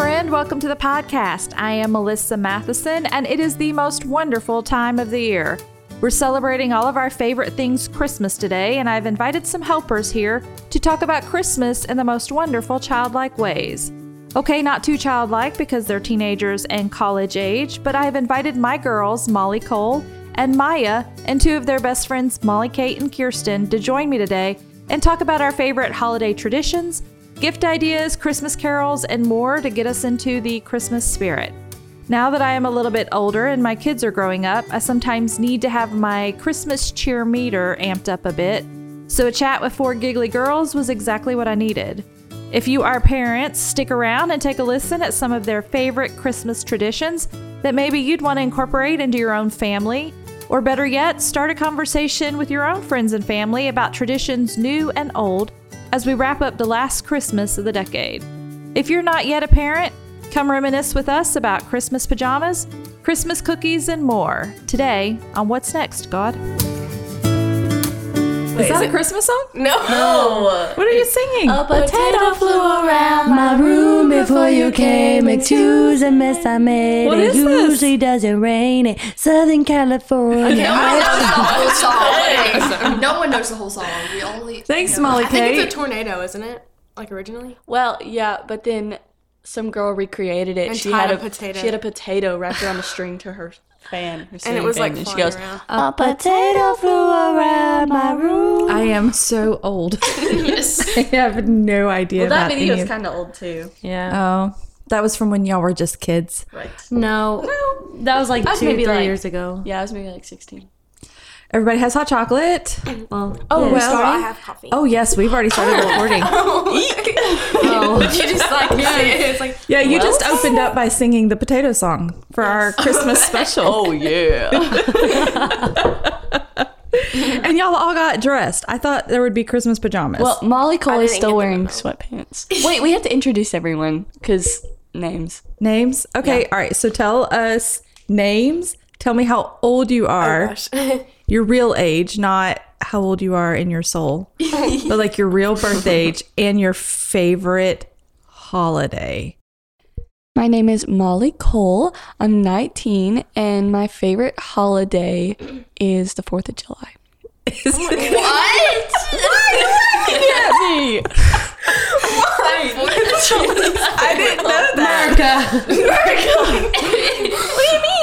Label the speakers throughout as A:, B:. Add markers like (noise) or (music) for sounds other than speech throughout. A: and welcome to the podcast. I am Melissa Matheson, and it is the most wonderful time of the year. We're celebrating all of our favorite things Christmas today, and I've invited some helpers here to talk about Christmas in the most wonderful childlike ways. Okay, not too childlike because they're teenagers and college age, but I have invited my girls, Molly Cole and Maya, and two of their best friends, Molly Kate and Kirsten, to join me today and talk about our favorite holiday traditions, gift ideas, Christmas carols, and more to get us into the Christmas spirit. Now that I am a little bit older and my kids are growing up, I sometimes need to have my Christmas cheer meter amped up a bit. So a chat with four giggly girls was exactly what I needed. If you are parents, stick around and take a listen at some of their favorite Christmas traditions that maybe you'd want to incorporate into your own family. Or better yet, start a conversation with your own friends and family about traditions new and old as we wrap up the last Christmas of the decade. If you're not yet a parent, come reminisce with us about Christmas pajamas, Christmas cookies, and more today on What's Next, God. is that a Christmas song?
B: No. No.
A: (gasps) What are you singing?
C: A potato flew around my room before you came. Excuse the mess I made.
A: What
C: it
A: is this?
C: usually doesn't rain in Southern California.
B: No one knows the
C: (laughs)
B: whole song. no one knows the whole song. We only.
A: Thanks, Molly
B: I think
A: Kate.
B: it's a tornado, isn't it? Like originally.
D: Well, yeah, but then some girl recreated it.
B: And
D: she
B: tied
D: had
B: a
D: a,
B: potato.
D: She had
B: (laughs)
D: a potato wrapped around a string to her fan, her
B: And it
D: ceiling
B: was
D: fan,
B: like
D: and she
B: flying
D: goes,
B: around.
C: A potato flew around my room.
A: I am so (laughs) old.
B: yes.
A: I have no idea
D: "Well, that
A: about
D: video
A: any
D: is
A: of-
D: kind of old too."
C: Yeah.
A: Oh, that was from when y'all were just kids.
D: Right?
C: No. That was like
D: was
C: two,
D: maybe
C: three
D: like-
C: years ago.
D: Yeah, I was maybe like sixteen.
A: Everybody has hot chocolate.
C: Well,
A: Oh,
C: yeah.
A: well.
B: I
E: Um,
B: have coffee.
A: Oh, yes, we've already (gasps) started recording.
B: you (laughs) just
D: (laughs)
B: like yeah, it's like
A: Yeah, you just opened up by singing the potato song for our Christmas special.
D: Oh yeah.
A: (laughs) And y'all all got dressed. I thought there would be Christmas pajamas.
D: well, Molly Cole is
B: didn't
D: still
B: get the
D: wearing sweatpants. Wait, we have to introduce everyone because names.
A: names? Okay, all right. So tell us names. Tell me how old you are. Your real age, not how old you are in your soul, but like your real birth age and your favorite holiday.
D: My name is Molly Cole. I'm 19, and my favorite holiday is the Fourth of July.
B: what?
D: Yeah,
A: I didn't know that.
D: what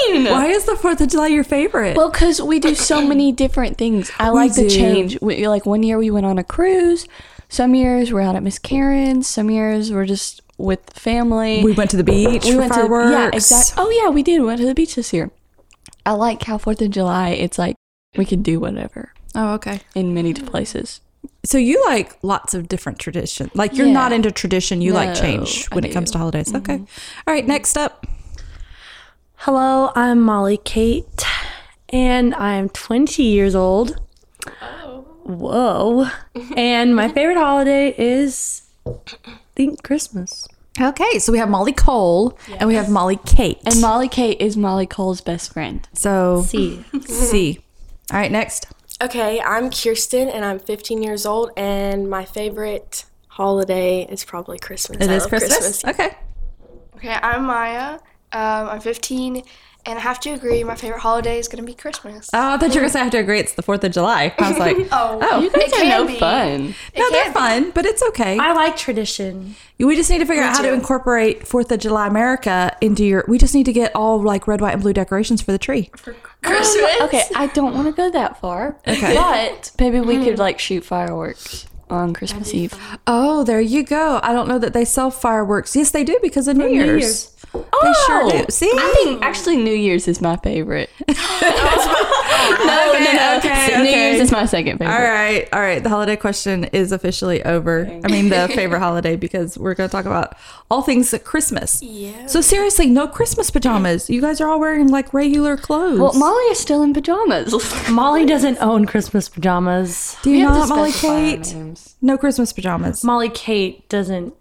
D: do you mean?
A: Why is the 4th of July your favorite?
D: Well, because we do so many different things. I like
A: do.
D: the change. We, like one year we went on a cruise. Some years we're out at Miss Karen's. Some years we're just with family.
A: we went to the beach
D: We
A: for
D: went
A: fireworks.
D: to yeah, exactly. Oh yeah, we did. We went to the beach this year. I like how Fourth of July. It's like we can do whatever
A: Oh, okay.
D: in many places.
A: So you like lots of different tradition. Like you're
D: Yeah.
A: not into tradition. You like
D: No,
A: change
D: I
A: when it
D: do.
A: comes to holidays. Okay. All right. Next up.
C: Hello, I'm Molly Kate, and I'm 20 years old.
B: Oh. (laughs)
C: Whoa. and my favorite holiday is, I think, Christmas.
A: Okay. So we have Molly Cole and we have Molly Kate.
D: And Molly Kate is Molly Cole's best friend.
A: so
C: See.
A: (laughs) C. All right. Next.
E: Okay, I'm Kirsten and I'm 15 years old, and my favorite holiday is probably Christmas.
A: It
E: I
A: is
E: love
A: Oh, Christmas. Okay.
F: Okay, I'm Maya. Um, I'm 15, and I have to agree. My favorite holiday is gonna be Christmas.
G: Uh,
A: Oh, I thought you were gonna say I have to agree. It's the Fourth of July. I was like,
F: Oh,
A: (laughs) oh,
D: You guys
F: It
D: are
F: can
D: no
F: be.
D: fun.
A: no, they're fun, but it's okay.
C: I like tradition.
A: We just need to figure out how to incorporate Fourth of July America into your. We just need to get all like red, white, and blue decorations for the tree.
F: Christmas.
D: Okay, I don't want to go that far. Okay. But maybe we
A: Hmm.
D: could like shoot fireworks on Christmas Eve.
A: Oh, there you go. I don't know that they sell fireworks. Yes, they do because of New, Year's. They
D: Oh,
A: sure do. See?
D: I think (laughs) actually New Year's is my favorite. (laughs)
A: Oh, okay,
D: New Year's is my second favorite.
A: all right, all right. The holiday question is officially over. I mean, (laughs) the favorite holiday because we're going to talk about all things at Christmas. Yeah. So seriously, no Christmas pajamas. You guys are all wearing like regular clothes.
D: Well, Molly is still in pajamas. (laughs)
C: Molly doesn't own Christmas pajamas.
A: do you
D: have to
A: not, Molly
D: specify our
A: Kate?
D: names.
A: No Christmas pajamas.
C: Molly Kate doesn't.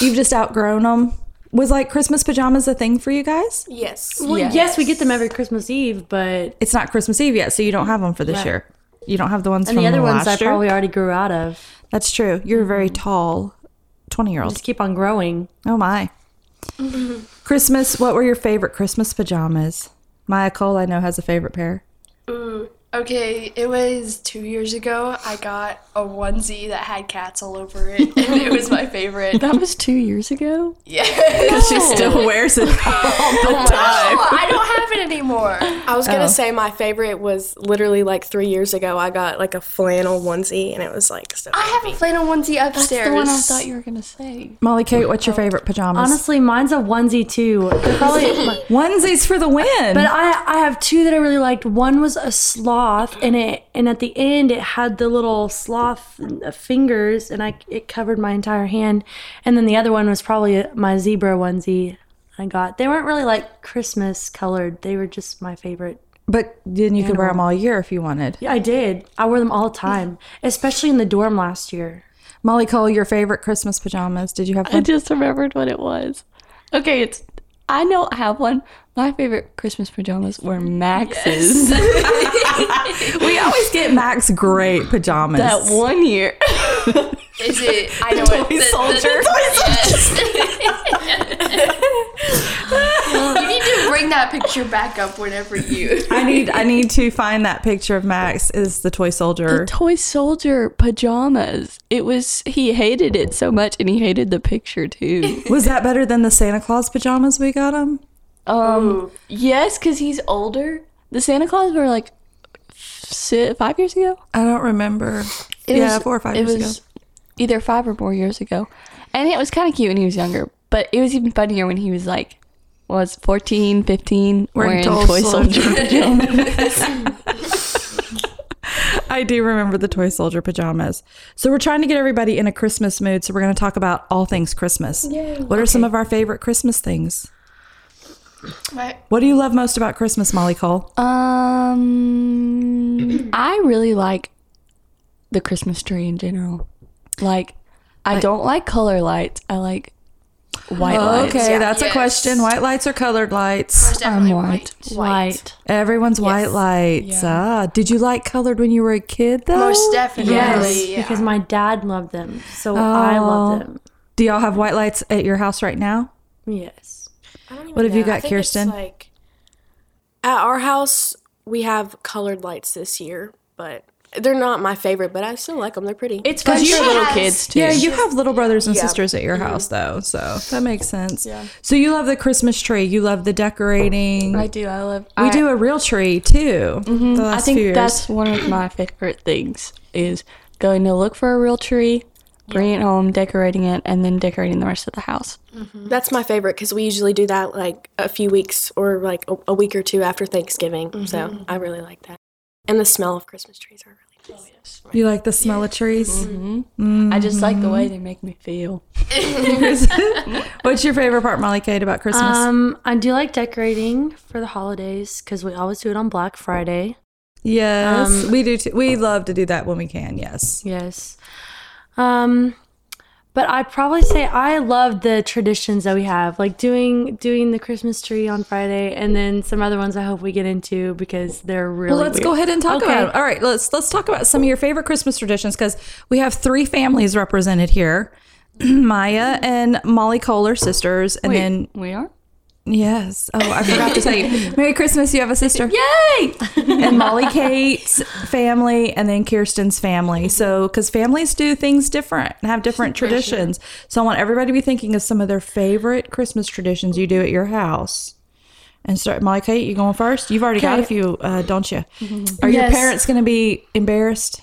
A: You've just outgrown them. Was like Christmas pajamas a thing for you guys?
E: Yes.
C: Well, yes. we get them every Christmas Eve, but.
A: It's not Christmas Eve yet, so you don't have them for this year. You don't have the ones
C: And
A: from
C: the other ones
A: last
C: I
A: year.
C: probably Mm-hmm. already grew out of.
A: That's true. You're a very tall, twenty year old.
C: (laughs) Just keep on growing.
A: Oh my.
G: Christmas, what were your favorite Christmas pajamas? Maya Cole, I know, has a favorite pair.
F: Okay, it was two years ago. I got a onesie that had cats all over it, and it was my favorite.
D: That was two
A: (laughs)
D: years ago.
G: She still wears it
C: Oh
G: all the time.
F: I don't have it anymore.
E: I was gonna say my favorite was literally like three years ago. I got like a flannel onesie, and it was like so.
F: I have a flannel onesie upstairs.
D: The one I thought you were gonna say.
G: Molly Kate, what's your favorite pajamas?
C: Honestly, mine's a onesie too. They're (laughs) probably,
G: Onesies for the win.
C: but I I have two that I really liked. One was a sloth, and it and at the end it had the little sloth fingers, and I it covered my entire hand. And then the other one was probably my zebra onesie I got. They weren't really like Christmas colored. They were just my favorite.
G: but then you could wear them all year if you wanted.
C: Yeah, I did. I wore them all the time, especially in the dorm last year.
G: Molly Cole, your favorite Christmas pajamas? Did you have
D: I
G: one?
D: just remembered what it was. Okay, it's. I don't have one. My favorite Christmas pajamas were Max's.
G: We always get Max great
D: (laughs)
G: pajamas.
D: That (laughs) one year.
H: Is it? I know it. The, soldier. you need to bring that picture back up whenever you.
G: I need. I need to find that picture of Max is the toy soldier.
D: Toy soldier pajamas. It was. He hated it so much, and he hated the picture too.
G: Was that better than the Santa Claus pajamas we got him?
D: Um. Yes, because he's older. The Santa Claus were like si five years ago.
G: I don't remember.
D: It
G: yeah,
D: was-
G: four or five
D: it
G: years
D: was
G: ago.
D: Either five or four years ago, and it was kind of cute when he was younger. But it was even funnier when he was like, was 14, 15, wearing, toy soldier pajamas.
G: I do remember the toy soldier pajamas. So we're trying to get everybody in a Christmas mood. So we're going to talk about all things Christmas. What are some of our favorite Christmas things?
F: My-
G: What do you love most about Christmas, Molly Cole?
D: Um, I really like the Christmas tree in general. Like, I don't like color lights. I like white lights.
G: okay, that's a
H: Yes.
G: question. White lights or colored lights?
H: It's definitely
D: white.
H: white.
C: White.
G: Everyone's white lights. Ah, did you like colored when you were a kid though?
H: Most definitely.
C: Yes,
H: yeah.
C: because my dad loved them, so I love them.
G: do y'all have white lights at your house right now?
C: Yes.
E: I don't even
G: What have you
E: know. I
G: got,
E: think it's,
G: Kirsten?
E: like at our house, we have colored lights this year, but they're not my favorite. But I still like them. They're pretty.
D: It's because
G: you
D: you're little
H: has-
D: kids too.
G: Yeah, you have little brothers and sisters at your house though, so that makes sense. Yeah. So you love the Christmas tree. You love the decorating.
D: I do. I love.
G: we
D: I, Mm-hmm.
G: do a real tree too. The
D: I
G: last
D: think
G: few years.
D: that's one of my favorite things is going to look for a real tree, bringing it home, decorating it, and then decorating the rest of the house.
E: That's my favorite because we usually do that like a few weeks or like a, a week or two after Thanksgiving.
G: Mm-hmm.
E: So I really like that. And the smell of Christmas trees are really
G: Oh,
E: nice.
G: you like the smell of trees.
D: Mm-hmm.
G: (laughs)
D: I just like the way they make me feel. (laughs)
G: What's your favorite part, Molly Kate, about Christmas?
C: Um, I do like decorating for the holidays because we always do it on Black Friday.
D: um,
G: yes, we do. Too. We love to do that when we can. Yes.
C: Yes. Um, but I probably say I love the traditions that we have, like doing doing the Christmas tree on Friday, and then some other ones. I hope we get into because they're really.
G: Well, let's
C: weird.
G: go ahead and talk
C: Okay.
G: about 'em. All right, let's let's talk about some of your favorite Christmas traditions because we have three families represented here. (clears throat) Maya and Molly Cole are sisters, and then
D: We are.
G: Yes. Oh, I forgot to tell you.
C: (laughs)
G: Merry Christmas. You have a sister. Yay! and Molly Kate's family, and then Kirsten's family. So, because families do things different and have different traditions. So, I want everybody to be thinking of some of their favorite Christmas traditions you do at your house. And start, Molly Kate, you going first? You've already got a few, uh, don't you? Are your
C: Mm-hmm. Yes.
G: parents going to be embarrassed?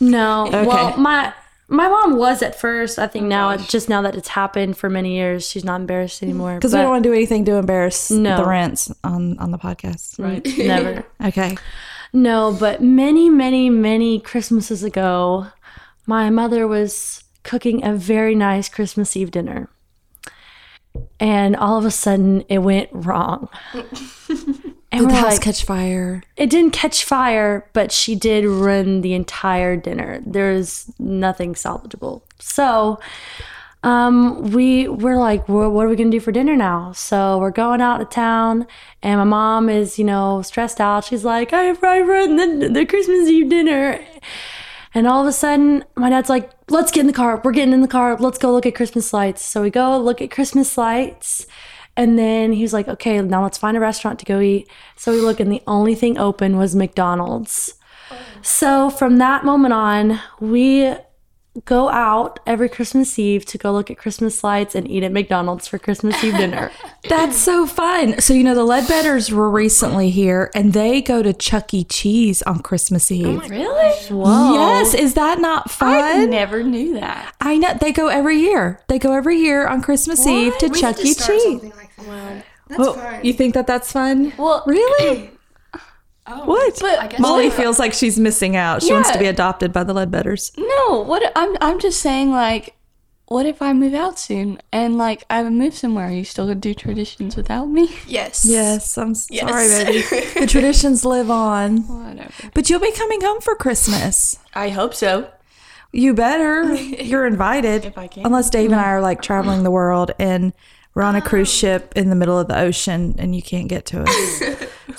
C: No. Well, my my mom was at first. I think now just now that it's happened for many years, she's not embarrassed anymore.
G: Because we don't want to do anything to embarrass
C: No.
G: the rents on, on the podcast.
C: right. never.
G: Okay.
C: (laughs) No, but many, many, many Christmases ago, my mother was cooking a very nice Christmas Eve dinner. And all of a sudden, it went wrong.
G: (laughs)
C: and
G: The
C: we're
G: house
C: like,
G: catch fire.
C: it didn't catch fire, but she did ruin the entire dinner. There's nothing salvageable. So um, we were like, well, what are we going to do for dinner now? So we're going out of town, and my mom is, you know, stressed out. She's like, I, I ruined the, the Christmas Eve dinner. And all of a sudden, my dad's like, let's get in the car. We're getting in the car. Let's go look at Christmas lights. So we go look at Christmas lights. And then he was like, okay, now let's find a restaurant to go eat. So we look, and the only thing open was McDonald's. So from that moment on, we go out every Christmas Eve to go look at Christmas lights and eat at McDonald's for Christmas Eve
G: (laughs)
C: dinner.
G: That's so fun. So you know the Leadbetters were recently here, and they go to Chuck E. Cheese on Christmas
D: Oh
G: Eve.
D: Really?
G: yes, is that not
D: I
G: fun?
D: never knew that.
G: I know they go every year. They go every year on Christmas Eve to
B: We need
G: Chuck
B: to
G: E.
B: start
G: Cheese.
B: something like that. That's
G: Well,
B: fun.
G: you think that that's fun?
D: Well, (clears throat)
G: Really?
B: Oh.
G: what?
D: But I guess
G: Molly feels like she's missing out. She wants to
D: Yeah.
G: be adopted by
D: (laughs)
G: the Leadbetters.
D: No, what I'm I'm just saying like what if I move out soon and like I move somewhere? Are you still gonna do traditions without me?
F: Yes.
G: Yes, I'm sorry, baby.
D: (laughs)
G: The traditions live on.
D: Whatever.
G: But you'll be coming home for Christmas.
D: I hope so.
G: You (laughs) better. You're invited. if I can. Unless Dave and I are like traveling the world and we're on a cruise ship in the middle of the ocean and you can't get to (laughs) us.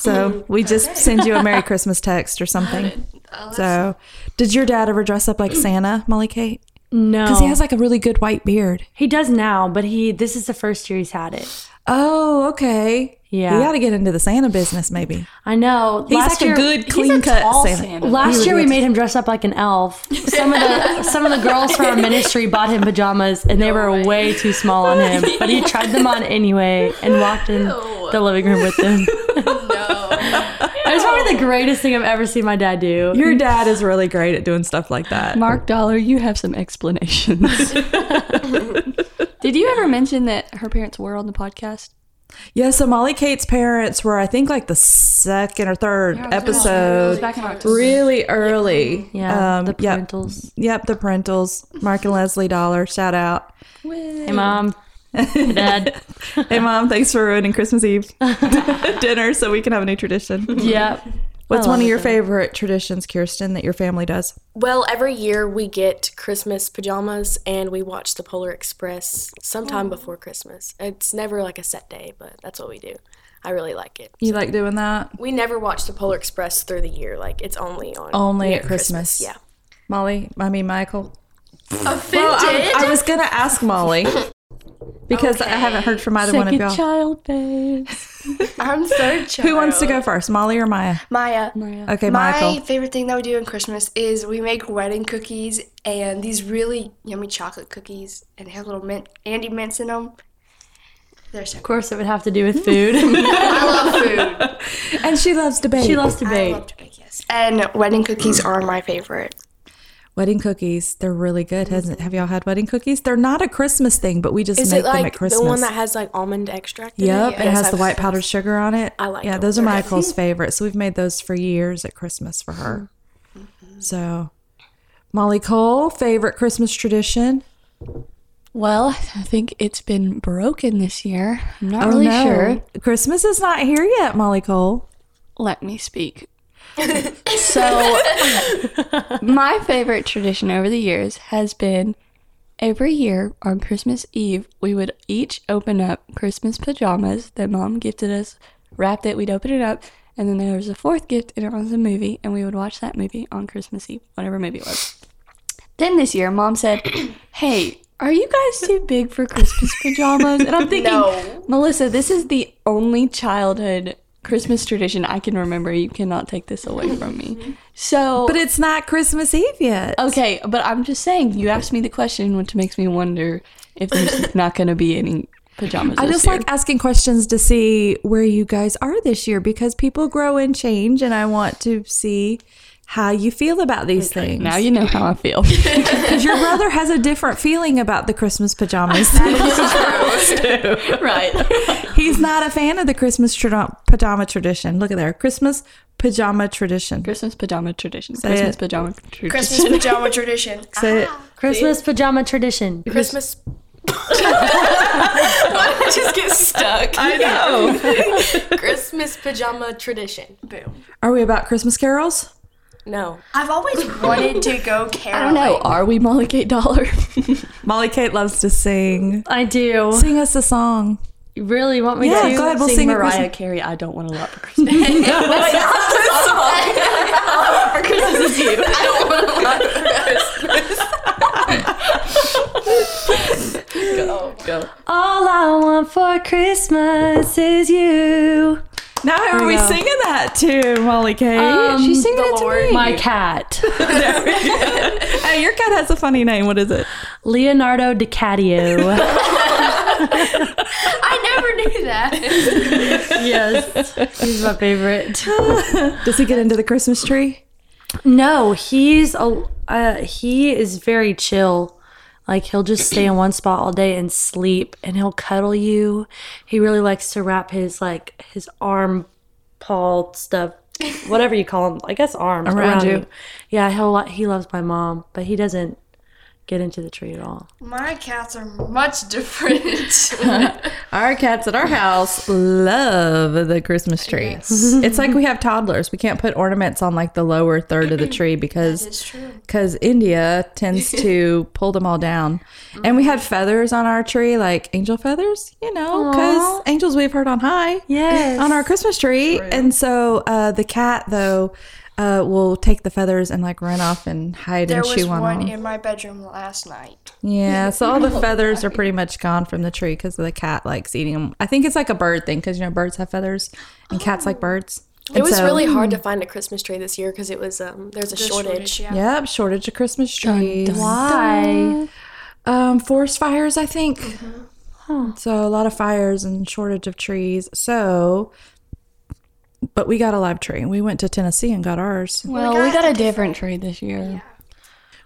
G: so we just send you a Merry Christmas text (laughs) or something. So, did your dad ever dress up like (clears throat) Santa, Molly Kate?
C: No,
G: Because he has like a really good white beard.
C: he does now, but he this is the first year he's had it.
G: Oh, okay.
C: Yeah.
G: You got to get into the Santa business, maybe.
C: I know.
G: He's like a good, clean cut Santa.
C: Last year we made him dress up like an
G: (laughs)
C: elf. Some of the some of the girls from our ministry bought him pajamas and they were way. too small on him, but he tried them on anyway and walked in the living room with them. no. (laughs) It was probably the greatest thing I've ever seen my dad do.
G: Your dad is really great at doing stuff like that.
D: Mark Dollar, you have some (laughs) explanations. Did you ever mention that her parents were on the podcast?
G: Yeah, so Molly Kate's parents were, I think, like the second or third episode.
D: Back in October.
G: Really early.
C: Yeah,
G: Um,
C: the
G: yep.
C: parentals.
G: Yep, the parentals. Mark and Leslie Dollar, shout out.
C: Hey,
G: (laughs)
C: mom. Hey, dad.
G: Hey, Mom, thanks for ruining Christmas Eve (laughs) dinner so we can have a new tradition.
C: yep.
G: What's
C: I love
G: one of
C: it,
G: your
C: though.
G: favorite traditions, Kirsten, that your family does?
E: Well, every year we get Christmas pajamas and we watch the Polar Express sometime
G: Oh.
E: before Christmas. It's never like a set day, but that's what we do. I really like it.
G: You like doing that?
E: We never watch the Polar Express through the year. Like it's only on
G: Only
E: near
G: at Christmas.
E: Yeah.
G: Molly, I mean, Michael. Well, I, I was going to ask Molly because I haven't heard from either one of y'all.
D: child babes.
F: I'm third child.
G: Who wants to go first, Molly or Maya?
F: Maya.
G: Okay,
F: My
G: Michael.
F: favorite thing that we do on Christmas is we make wedding cookies and these really yummy chocolate cookies and they have little mint Andy mints in them. They're so
C: Of course, it would have to do with food.
G: (laughs)
F: I love food.
G: And she loves debate.
C: she loves to
F: I
C: bake.
F: love to bake, yes. And wedding cookies are my favorite.
G: wedding cookies. They're really good, hasn't? Have y'all had wedding cookies? They're not a Christmas thing, but we just
E: Mm-hmm. Is
G: make
E: it
G: them at
E: like
G: Christmas.
E: the one that has like almond extract? in
G: Yep, it
E: Yes,
G: has the
E: I've-
G: white powdered sugar on it.
E: I like
G: Yeah,
E: those.
G: those are Michael's favorites. So we've made those for years at Christmas for her.
E: Mm-hmm.
G: So, Molly Cole, favorite Christmas tradition?
D: Well, I think it's been broken this year. I'm not
G: Oh,
D: really sure.
G: Christmas is not here yet, Molly Cole.
D: Let me speak. so, my favorite tradition over the years has been every year on Christmas Eve, we would each open up Christmas pajamas that mom gifted us, wrapped it, we'd open it up, and then there was a fourth gift, and it was a movie, and we would watch that movie on Christmas Eve, whatever movie it was. Then this year, mom said, Hey, are you guys too big for Christmas pajamas? And I'm thinking, Melissa, this is the only childhood Christmas tradition I can remember. You cannot take this away from me. So,
G: But it's not Christmas Eve yet.
E: Oh,
D: okay, but I'm just saying, you asked me the question, which makes me wonder if there's not going to be any pajamas.
G: I
D: this
G: just
D: year.
G: like asking questions to see where you guys are this year because people grow and change, and I want to see how you feel about these things.
D: now you know how I feel.
G: Because your brother has a different feeling about the Christmas pajamas. (laughs)
D: right.
G: He's not a fan of the Christmas tra- pajama tradition. Look at there, Christmas pajama tradition.
D: Christmas pajama tradition. Christmas
G: it.
D: pajama tradition.
F: Christmas pajama tradition.
G: Say it.
C: Christmas pajama tradition.
E: Christmas
B: just get stuck. I
E: Christmas pajama tradition.
G: Are we about Christmas carols?
E: No.
F: I've always wanted to go caroling.
D: I don't know. Are we Molly Kate Dollar?
G: (laughs) Molly Kate loves to sing.
C: I do.
G: Sing us a song.
C: You really want me
G: Yeah,
C: to
G: go ahead, we'll
C: sing
G: sing a
C: Mariah
G: Christmas-
C: Carey? I don't want a lot
G: (laughs)
C: (laughs) for Christmas. (laughs) All I want for Christmas is you.
G: Now who are we Um,
C: go.
G: singing that to, Molly Kate?
C: She's
G: singing it to me.
C: My cat,
G: hey, your cat has a funny name. What is it?
C: Leonardo
F: (laughs)
C: DiCaprio.
F: I never knew that.
C: yes, he's my favorite.
G: Does he get into the Christmas tree?
C: No, he's a uh, he is very chill. Like he'll just stay in one spot all day and sleep, and he'll cuddle you. He really likes to wrap his like his arm, paw stuff, whatever you call them. I guess arms around,
G: Around you.
C: you. Yeah, he'll li- he loves my mom, but he doesn't get into the tree at all.
F: My cats are much (laughs) different.
G: Our cats at our house love the Christmas tree. It's like we have toddlers. We can't put ornaments on like the lower third of the tree because because India tends
F: (laughs)
G: to pull them all down. And we had feathers on our tree, like angel feathers, you know, because angels we've heard on high.
C: Yes.
G: on our Christmas tree. And so uh, the cat though uh, will take the feathers and like run off and hide
F: there
G: and
F: was
G: chew on
F: one
G: them.
F: in my bedroom last night.
G: Yeah, so
D: (laughs)
G: all the feathers are pretty much gone from the tree because the cat likes eating them. I think it's like a bird thing because you know birds have feathers and cats
D: Oh.
G: like birds.
E: It was really hard to find a Christmas tree this year because it was um, there's a shortage.
G: Yep, shortage of Christmas trees.
C: Why?
G: Um, forest fires, I think.
D: Mm-hmm.
G: So a lot of fires and shortage of trees. So, but we got a live tree. We went to Tennessee and got ours.
D: Well, we got a different tree this year.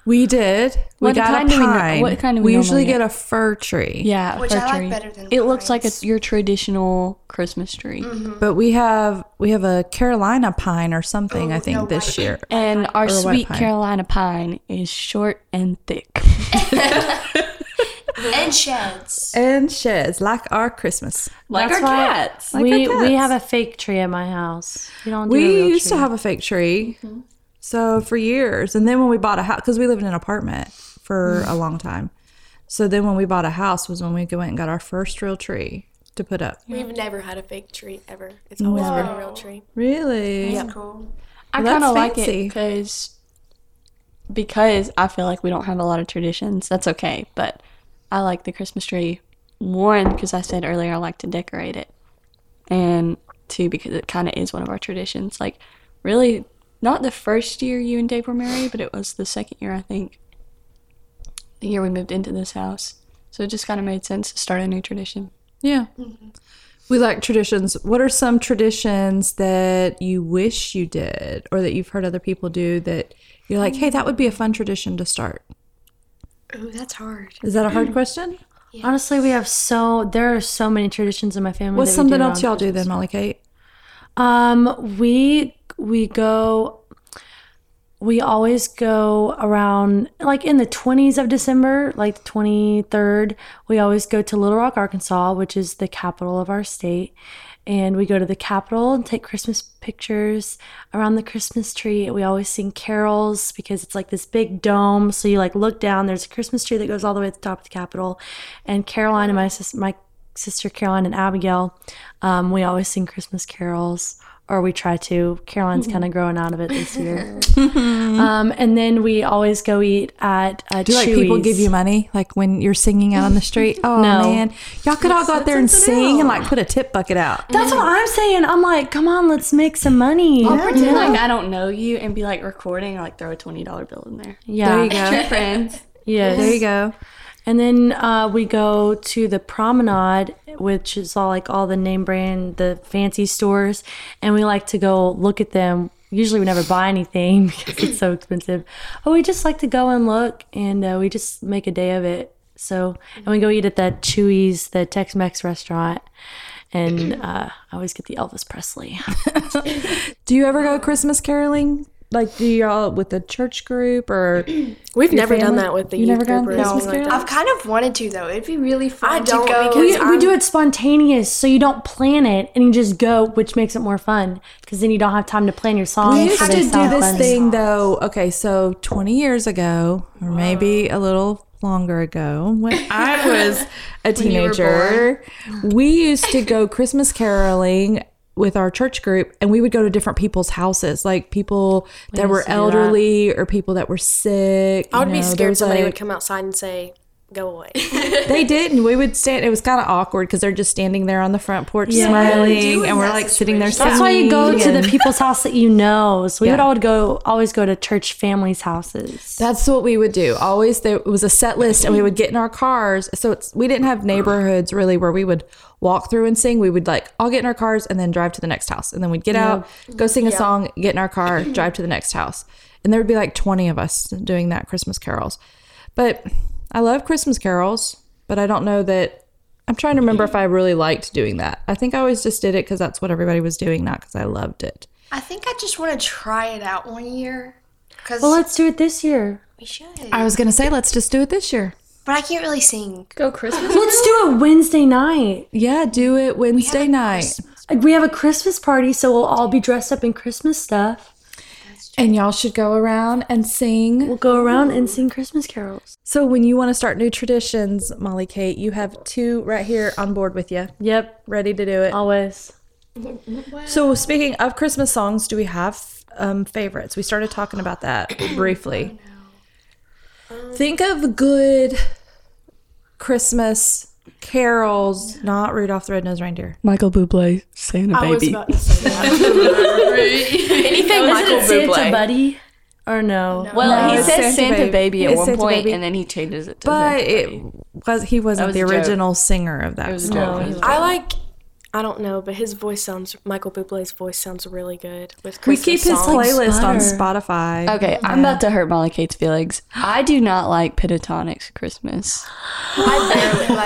G: We did. We
D: What
G: got
D: kind
G: a
D: do we nor-
G: pine.
D: what kind do we
G: we usually
D: normally
G: get a fir tree.
D: Yeah, a
F: Which
D: fir
F: I like
D: tree.
F: better than
D: It looks like
F: pines.
D: it's your traditional Christmas tree.
G: But we have we have a Carolina pine or something.
D: Oh,
G: I think this year.
D: And our
G: white
D: sweet
G: pine.
D: Carolina pine is short and thick.
F: And sheds.
G: and sheds like our Christmas.
D: Like our cats.
G: Like
C: we
G: our
C: we
G: cats.
C: have a fake tree at my house. We don't. Do a
G: We
C: real
G: used to
C: tree. Mm-hmm.
G: have a fake tree, so for years, and then when we bought a house, because we lived in an apartment for
C: Mm-hmm.
G: a long time, so then when we bought a house was when we went and got our first real tree to put up.
E: We've never had a fake tree ever. It's always been a real tree.
G: Really?
F: Cool.
D: I kind
G: Well, that's
D: of like it
G: fancy.
D: because because I feel like we don't have a lot of traditions. That's okay, but I like the Christmas tree one because I said earlier I like to decorate it, and two because it kind of is one of our traditions. Like, really, not the first year you and Dave were married, but it was the second year I think. The year we moved into this house, so it just kind of made sense to start a new tradition.
G: Yeah.
C: Mm-hmm.
G: We like traditions. What are some traditions that you wish you did, or that you've heard other people do that you're
C: Mm.
G: like, hey, that would be a fun tradition to start?
F: Ooh, that's hard.
G: Is that a
C: Mm.
G: hard question?
C: Honestly, we have so there are so many traditions in my family.
G: What's
C: that we
G: something
C: do
G: else
C: on
G: y'all do then, Molly Kate?
C: Um, we we go. We always go around like in the twenties of December, like the twenty third. We always go to Little Rock, Arkansas, which is the capital of our state, and we go to the Capitol and take Christmas pictures around the Christmas tree. We always sing carols because it's like this big dome. So you like look down. There's a Christmas tree that goes all the way to the top of the Capitol, and Caroline and my sis, my sister Caroline and Abigail, um, we always sing Christmas carols. Or we try to. Caroline's
G: Mm-hmm.
C: kind of growing out of it this
G: (laughs)
C: year. um, and then we always go eat at uh,
G: Do like people
C: Chewy's.
G: give you money, like when you're singing out on
E: (laughs)
G: the street? Oh
C: No.
G: man, y'all could all go out there and sing and like put a tip bucket out.
C: That's what I'm saying. I'm like, come on, let's make some money.
G: Oh,
D: Pretend like I don't know you and be like recording, like throw a twenty dollar bill in there.
C: Yeah.
G: There you go.
D: Friends,
C: Yes.
G: There you go.
C: And then uh, we go to the promenade, which is all like all the name brand, the fancy stores, and we like to go look at them. Usually, we never buy anything (laughs) because it's so expensive, but we just like to go and look, and uh, we just make a day of it. So, and we go eat at that Chewy's, the Tex-Mex restaurant, and uh, I always get the Elvis
G: (laughs)
C: Presley.
G: Do you ever go Christmas caroling? Like do y'all with the church group or
E: (clears throat) We've never done
G: family-
E: that with the
G: you
E: youth
G: never gone
E: group or anything
G: Christmas
E: like
G: caroling?
E: that.
F: I've kind of wanted to though. It'd be really fun
E: I
F: to
E: don't
F: go.
E: because-
C: We,
G: um,
C: we do it spontaneous, so you don't plan it, and you just go, which makes it more fun because then you don't have time to plan your songs.
G: We
C: so
G: used to
C: they
G: do
C: sound
G: this
C: funny.
G: thing though. Okay, so 20 years ago, or maybe a little longer ago when I was a teenager. We used to go Christmas caroling with our church group and we would go to different people's houses, like people that were elderly or people that were sick.
E: I would be scared somebody
G: would
E: would come outside and say, "Go away."
G: They didn't. We would stand. It was kind of awkward because they're just standing there on the front porch smiling, and we're like sitting there.
C: That's why you go to
G: singing.
C: the people's house that you know. So we would
G: Yeah.
C: all go, always go to church families' houses.
G: That's what we would do. Always there was a set list, and we would get in our cars. So it's we didn't have neighborhoods really where we would walk through and sing. We would like all get in our cars and then drive to the next house, and then we'd get out, go sing a song, get in our car, drive to the next house, and there would be like twenty of us doing that Christmas carols. But I love Christmas carols, but I don't know that. I'm trying to remember if I really liked doing that. I think I always just did it because that's what everybody was doing, not because I loved it.
F: I think I just want to try it out one year. Cause
C: Well, let's do it this year.
F: we should.
G: I was gonna say, let's just do it this year.
F: but I can't really sing.
B: Go Christmas.
C: Let's do it Wednesday night.
G: Yeah, do it Wednesday night.
C: Like, We have a Christmas party, so we'll all be dressed up in Christmas stuff.
G: And y'all should go around and sing.
C: We'll go around and sing Christmas carols.
G: So when you want to start new traditions, Molly Kate, you have two right here on board with you,
C: Yep,
G: ready to do it.
C: always.
G: So speaking of Christmas songs, do we have um, favorites? We started talking about that (coughs) briefly. Think of good Christmas carols, not Rudolph the Red-Nosed Reindeer.
D: Michael Bublé, Santa
E: I was
D: Baby.
E: about to
D: (laughs)
E: say that. Anything Michael
C: Santa
E: Bublé.
C: Buddy? Or no?
D: Well, he
G: it's
D: says Santa,
G: Santa
D: Baby,
G: Baby.
D: at
G: It's
D: one
G: Santa
D: point,
G: Baby.
D: and then he changes it to
G: But
D: Santa
G: it
D: Baby.
G: was he wasn't
D: was
G: the
D: a joke.
G: original singer of that
D: It was a
G: song.
D: joke. It was a joke.
E: I like. I don't know, but his voice sounds Michael Bublé's voice sounds really good with
G: We
E: Christmas
G: keep his
E: songs.
G: playlist on
C: Spotter.
G: Spotify.
D: Okay, I'm about to hurt Molly Kate's feelings. I do not like Pentatonics (gasps) Christmas.
C: That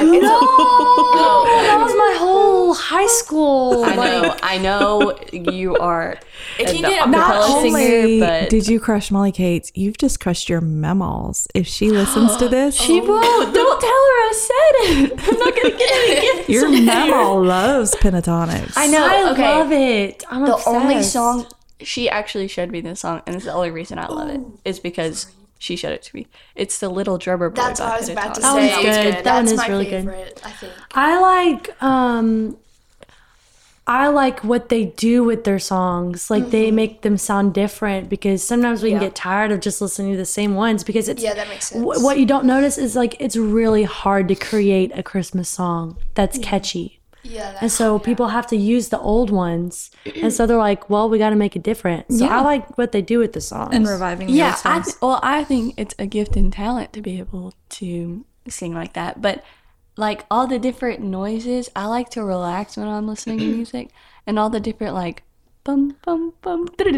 C: was my whole high school.
D: Oh, (laughs) I know, I know you are
E: If you
D: the
E: get
D: opera
E: not
D: singer, but
G: did you crush Molly Cates, you've just crushed your mammals. If she
D: (gasps)
G: listens to this, she
D: won't. Oh, Don't tell her I said it. I'm not gonna get any gifts.
G: your mammal loves pentatonics.
D: I know.
C: I
D: okay.
C: love it. I'm
D: the
C: obsessed.
D: only song she actually showed me this song, and it's the only reason I love it is because she showed it to me. It's the Little Drummer Boy.
F: That's
D: by
F: what I was about to
D: Pentatonix.
F: say.
C: one's good. That one
F: That's
C: is
F: my
C: really good.
F: favorite, I think.
C: I like um I like what they do with their songs. Like
F: Mm-hmm.
C: they make them sound different because sometimes we can get tired of just listening to the same ones because it's
F: Yeah, that makes sense.
C: wh- what you don't notice is like it's really hard to create a Christmas song that's catchy.
F: yeah,
C: And
F: that's
C: so people have to use the old ones. And so they're like, well, we got to make it different. So I like what they do with the songs.
G: and reviving the
D: yeah
G: old
D: I
G: songs.
D: th- well i think it's a gift and talent to be able to sing like that but like all the different noises i like to relax when i'm listening to music and all the different like bum bum bum and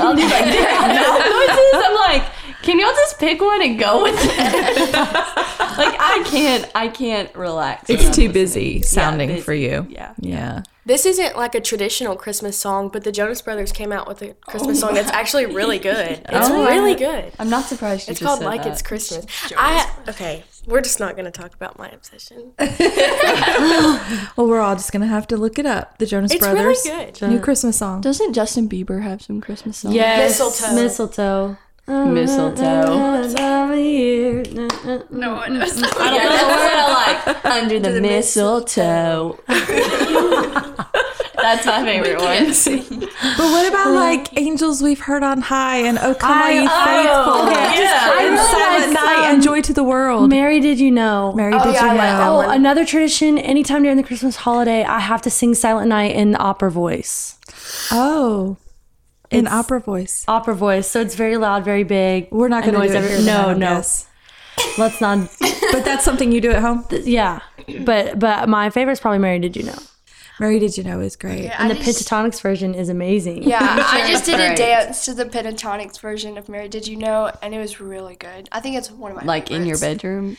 G: (laughs)
D: all these like different (laughs) mouth noises i'm like can y'all just pick one and go with it (laughs) like i can't i can't relax when I'm
G: it's too
D: listening.
G: busy sounding
D: busy.
G: for you.
D: yeah
G: Yeah.
E: This isn't like a traditional Christmas song, but the Jonas Brothers came out with a Christmas song that's actually really good. It's really good.
D: i'm not surprised you
E: It's
D: just
E: called
D: said
E: Like
D: that.
E: It's Christmas. I okay. We're just not gonna talk about my obsession.
G: Well, we're all just gonna have to look it up. The Jonas
E: It's really
G: Brothers
E: good.
G: new Christmas song.
D: doesn't justin bieber have some christmas songs
C: yes.
E: Mistletoe.
C: Mistletoe.
D: mistletoe
C: Mistletoe.
B: No one knows.
D: That's what I like. Under
G: (laughs)
D: the, mistletoe. That's my favorite one.
G: But what about like Angels We've Heard on High and Oh Come All You Faithful and Silent Night and Joy to the World?
C: Mary, did you know?
G: Mary, did you know?
C: Oh, another tradition. Anytime during the Christmas holiday, I have to sing Silent Night in the opera voice.
G: Oh, in opera voice.
C: Opera voice. So it's very loud, very big.
G: We're not gonna
C: Annoys
G: do it
C: every-
G: here, then, I
C: No,
G: don't
C: no.
G: guess.
C: Let's not.
G: But that's something you do at home.
C: yeah, but but my favorite is probably Mary. Did you know?
G: Mary, did you know is great.
C: And the Pentatonics version is amazing.
F: Yeah, I just did a
D: Right.
F: dance to the Pentatonics version of Mary Did You Know, and it was really good. I think it's one of my
D: Like in your
F: favorites.
D: bedroom.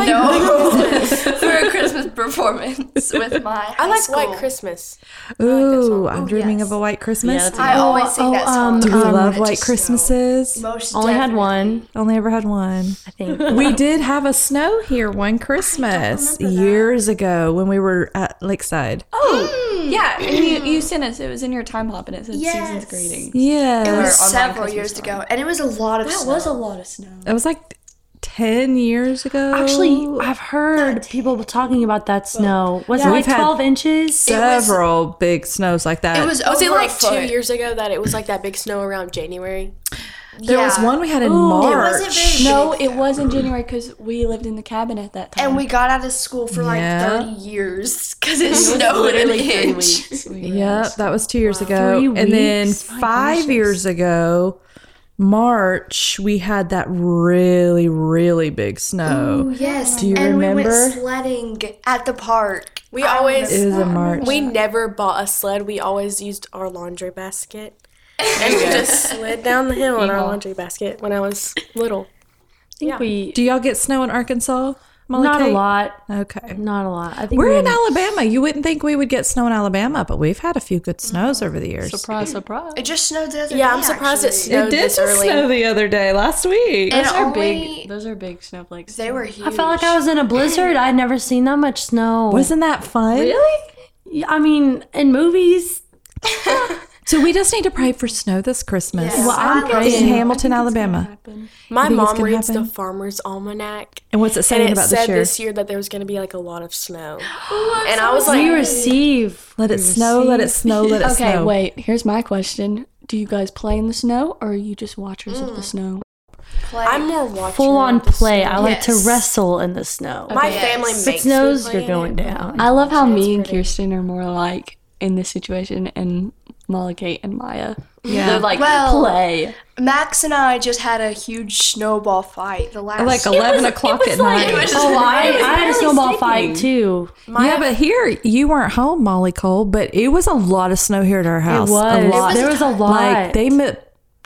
F: (laughs) no for a Christmas performance with my. High
E: I like
F: school.
E: White Christmas.
G: Ooh,
F: Oh,
G: I'm dreaming of a white Christmas.
F: I always sing that song.
G: Do we
F: Um,
G: love
F: it's
G: white
F: just so-
G: Christmases?
F: Most
C: Only had
F: definitely.
C: one.
G: Only ever had
F: (laughs)
G: one.
C: I think.
G: We did have a snow here one Christmas years ago when we were at Lakeside.
D: Oh, yeah. And you, you sent us. It was in your time hop, and it said season's greeting.
G: Yeah,
F: It
G: it was,
F: was several years ago, and it was a lot of. That
D: was a lot of snow.
G: like ten years ago.
C: Actually,
G: Oh,
C: I've heard people talking about that snow. Was it
G: We've
C: like
G: had
C: 12 inches?
G: several big snows like that.
F: It was
E: Was
F: over
E: it
F: a
E: like
F: foot.
E: two years ago that it was like that big snow around January?
G: there was
F: yeah.
G: one we had in
F: It
G: March.
F: wasn't very
D: No,
F: big,
D: it
F: though.
D: was in January because we lived in the cabin at that time.
F: And we got out of school for like
G: Yeah.
F: 30 years because it snowed an inch.
G: Yeah, that was two years ago.
C: Three
G: and then
C: weeks?
G: five years ago, March, we had that really, really big
C: Oh,
G: snow.
F: (laughs) Yes.
G: Do you
F: and we
G: remember?
F: went sledding at the park.
E: We always
G: It was in March.
E: we never bought a sled. We always used our laundry basket. And we just slid down the hill in our laundry basket when I was little.
C: I think we,
G: Do y'all get snow in Arkansas? Molly
C: not
G: Kate?
C: a lot.
G: Okay.
C: Not a lot. I think
G: We're
C: we
G: in Alabama. You wouldn't think we would get snow in Alabama, but we've had a few good
C: Mm-hmm.
G: snows over the years.
D: surprise, surprise.
F: It just snowed the other
E: Yeah,
F: day,
E: I'm surprised it
F: actually.
E: snowed this early.
G: the other day, last week.
F: And
D: Those are
F: only-
D: big. Those are big snowflakes.
F: They were huge.
C: I felt like I was in a blizzard. I'd never seen that much snow.
G: Wasn't that fun? Really?
C: Yeah, I mean, in movies.
G: So we just need to pray for snow this Christmas.
C: Well, I'm
G: In
C: praying.
G: Hamilton, Alabama.
E: My
G: think it's
E: mom
G: gonna
E: reads
G: happen?
E: the farmer's almanac
G: And what's it
E: and
G: saying
E: it
G: about
E: said
G: this year?
E: this year that there was going to be like a lot of
F: (gasps)
E: snow. and I was like,
C: We receive.
G: Let it snow, let it
D: Oh,
G: snow, let it
C: (laughs)
D: Okay,
G: snow.
D: wait. Here's my question: Do you guys play in the snow, or are you just watchers of the snow?
E: I'm more watching.
C: Full on play. I like to
F: Yes.
C: wrestle in the snow.
E: My family
C: If
E: makes
C: it
E: me
C: snows,
E: play
C: you're
E: in
C: going
E: it.
C: down.
D: I love how me and Kirsten are more alike in this situation, and Molly Kate and Maya. Yeah, they're like
F: Well-
D: play.
F: Max and I just had a huge snowball fight the last
G: Like 11 o'clock at night.
C: Oh, I, I had a snowball fight too.
G: yeah, but here you weren't home, Molly Cole, but it was a lot of snow here at our house.
C: It was.
G: A lot.
C: There was a lot.
G: Like they mi-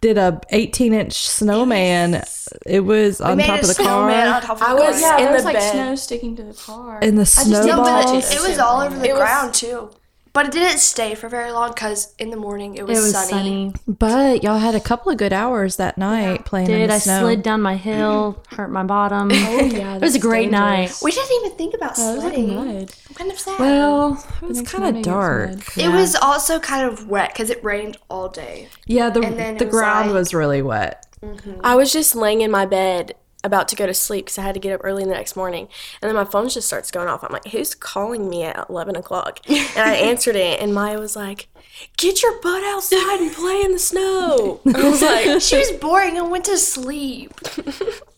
G: did a 18 inch snowman. It was on
F: made
G: top
F: a
G: of the
F: snowman on
G: car.
F: top of the
E: I was
F: car.
E: in
D: There's
E: the
D: like
E: bed.
D: snow sticking to the car.
G: And the
F: No, but
G: snowballs.
F: it, it was all over the ground too. But it didn't stay for very long because in the morning it was, sunny.
G: But y'all had a couple of good hours that night playing in
C: Did
G: the
C: I
G: snow.
C: slid down my hill, hurt my bottom.
D: oh yeah,
C: (laughs) It was a great night.
F: We didn't even think about
G: Oh,
D: It was like
F: sledding.
D: mud.
F: kind of sad.
G: well, it was
D: next
G: kind
D: morning
G: of
D: it was
G: dark.
D: mud.
F: it was also kind of wet because it rained all day.
G: Yeah, the
F: then it
G: the
F: was
G: ground
F: like-
G: was really wet.
E: I was just laying in my bed about to go to sleep because I had to get up early the next morning. And then my phone just starts going off. I'm like, who's calling me at 11
F: (laughs)
E: o'clock? And I answered it, and Maya was like, get your butt outside and play in the
F: (laughs)
E: snow. I was like,
F: She was boring and went to sleep.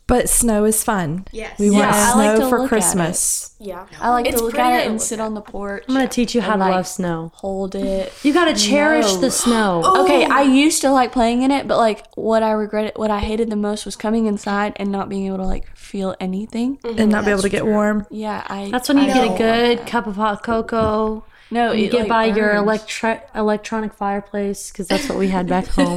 G: But snow is fun.
F: Yes.
G: We want
D: Yeah, I
G: snow
D: like to look
G: for
D: at
G: Christmas.
E: yeah.
D: I like
E: It's
D: to look
E: pretty
D: at it
E: to
D: and
E: look
D: sit on the porch.
C: I'm gonna teach you how to
D: like-
C: love snow.
D: hold it.
C: You gotta cherish
D: No.
C: the snow.
D: Okay, I used to like playing in it, but like what I regretted, what I hated the most was coming inside and not being able to like feel anything.
G: And not be able to get warm.
D: Yeah, I.
C: Mm. That's when you
D: I
C: get a
D: don't-
C: good cup of hot cocoa.
D: No,
C: You
D: it,
C: get
D: like,
C: by your
D: burns.
C: electri- electronic fireplace because that's what we had back home.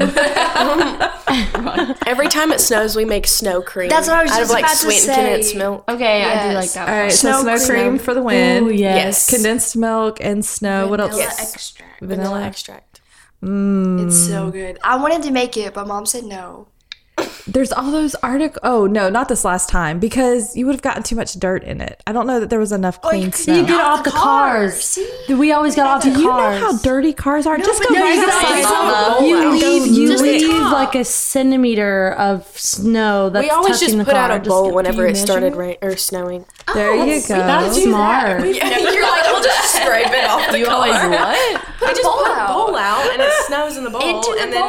E: Every time it snows, we make snow cream.
F: That's what I was
E: out of
F: just
E: like
F: about to
E: sweet
F: say.
E: condensed milk.
G: Oh,
D: Okay, I do
F: Yes.
D: like that.
G: All
D: One.
G: right, so snow cream for the win.
C: oh yes,
E: Yes.
G: Condensed milk and snow. what else?
F: Vanilla extract.
E: Vanilla extract.
G: Mm.
F: It's so good. I wanted to make it, but mom said (laughs) no.
G: There's all those articles. Oh no, not this last time because you would have gotten too much dirt in it. I don't know that there was enough clean snow.
C: you get off the cars. We always got off the
G: You know
C: cars.
G: how dirty cars are. Just go
F: but no,
G: right
F: you get
G: outside.
F: outside.
G: You
C: you leave, you
F: Just the
C: leave
F: top.
C: like a centimeter of snow. That's
E: We always
C: touching
E: just
C: the
E: put
C: car.
E: out a bowl whenever it
D: measure
E: started rain or snowing.
G: There you go.
C: That's smart.
E: You're like, I'll (laughs) just scrape it off the
D: You
E: (laughs)
D: always what?
E: I just put a bowl out and (laughs) it snows in the bowl. and then